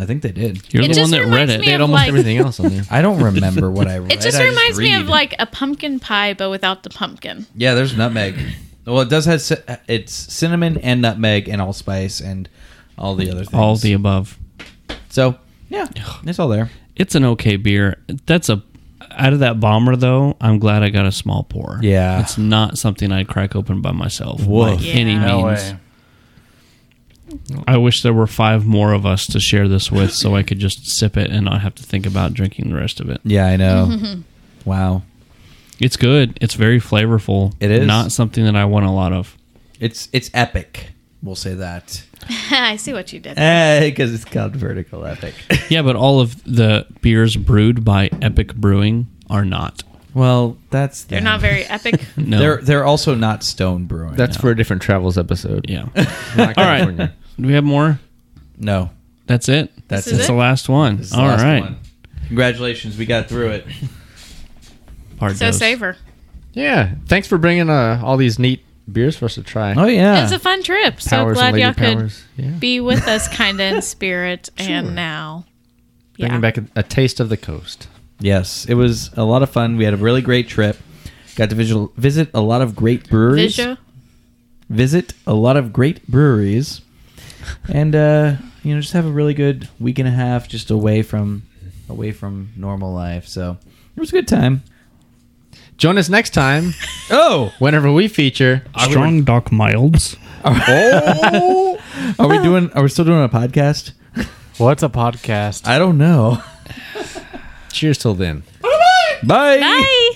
I think they did.
You're
It
the one
just
that read
reminds
it.
me of
Almost
like
everything else on there.
I don't remember what I read.
it just
I
reminds me of
read.
like a pumpkin pie, but without the pumpkin.
yeah. There's nutmeg. Well, it does have ci- uh, it's cinnamon and nutmeg and allspice and all the other things.
All the above.
so yeah, it's all there.
It's an okay beer. That's a out of that bomber though. I'm glad I got a small pour.
Yeah.
it's not something I'd crack open by myself
Woof.
by any
Yeah.
No
means.
way.
I wish there were five more of us to share this with, so I could just sip it and not have to think about drinking the rest of it.
Yeah, I know. wow,
It's good. It's very flavorful.
It is.
not something that I want a lot of.
it's it's epic. We'll say that
I see what you
Eh,
did.
because it's called vertical epic.
Yeah, but all of the beers brewed by Epic Brewing are not.
well, that's
They're not very epic.
No.
They're they're also not stone brewing.
That's for a different travels episode.
yeah.
Not
All right.
California.
Do we have more?
no.
That's it.
That's
This is
That's
it?
the last one.
This is the
All right.
last one. Congratulations, we got through it.
Pardon
so
us.
savor.
Yeah. Thanks for bringing uh, all these neat beers for us to try.
Oh
It was
yeah.
a fun trip. So
Powers and
glad
Lady
y'all
Powers.
could
Yeah.
be with us kind of in spirit and now.
Bringing
Yeah.
back a, a taste of the coast.
yes, it was a lot of fun. We had a really great trip. Got to visual, visit a lot of great breweries.
Visual.
Visit a lot of great breweries, and uh, you know, just have a really good week and a half just away from away from normal life. So it was a good time.
Join us next time
Oh,
whenever we feature.
Strong Dark Milds.
oh! are we doing? Are we still doing a podcast?
What's a podcast?
I don't know.
Cheers till then.
Bye.
Bye.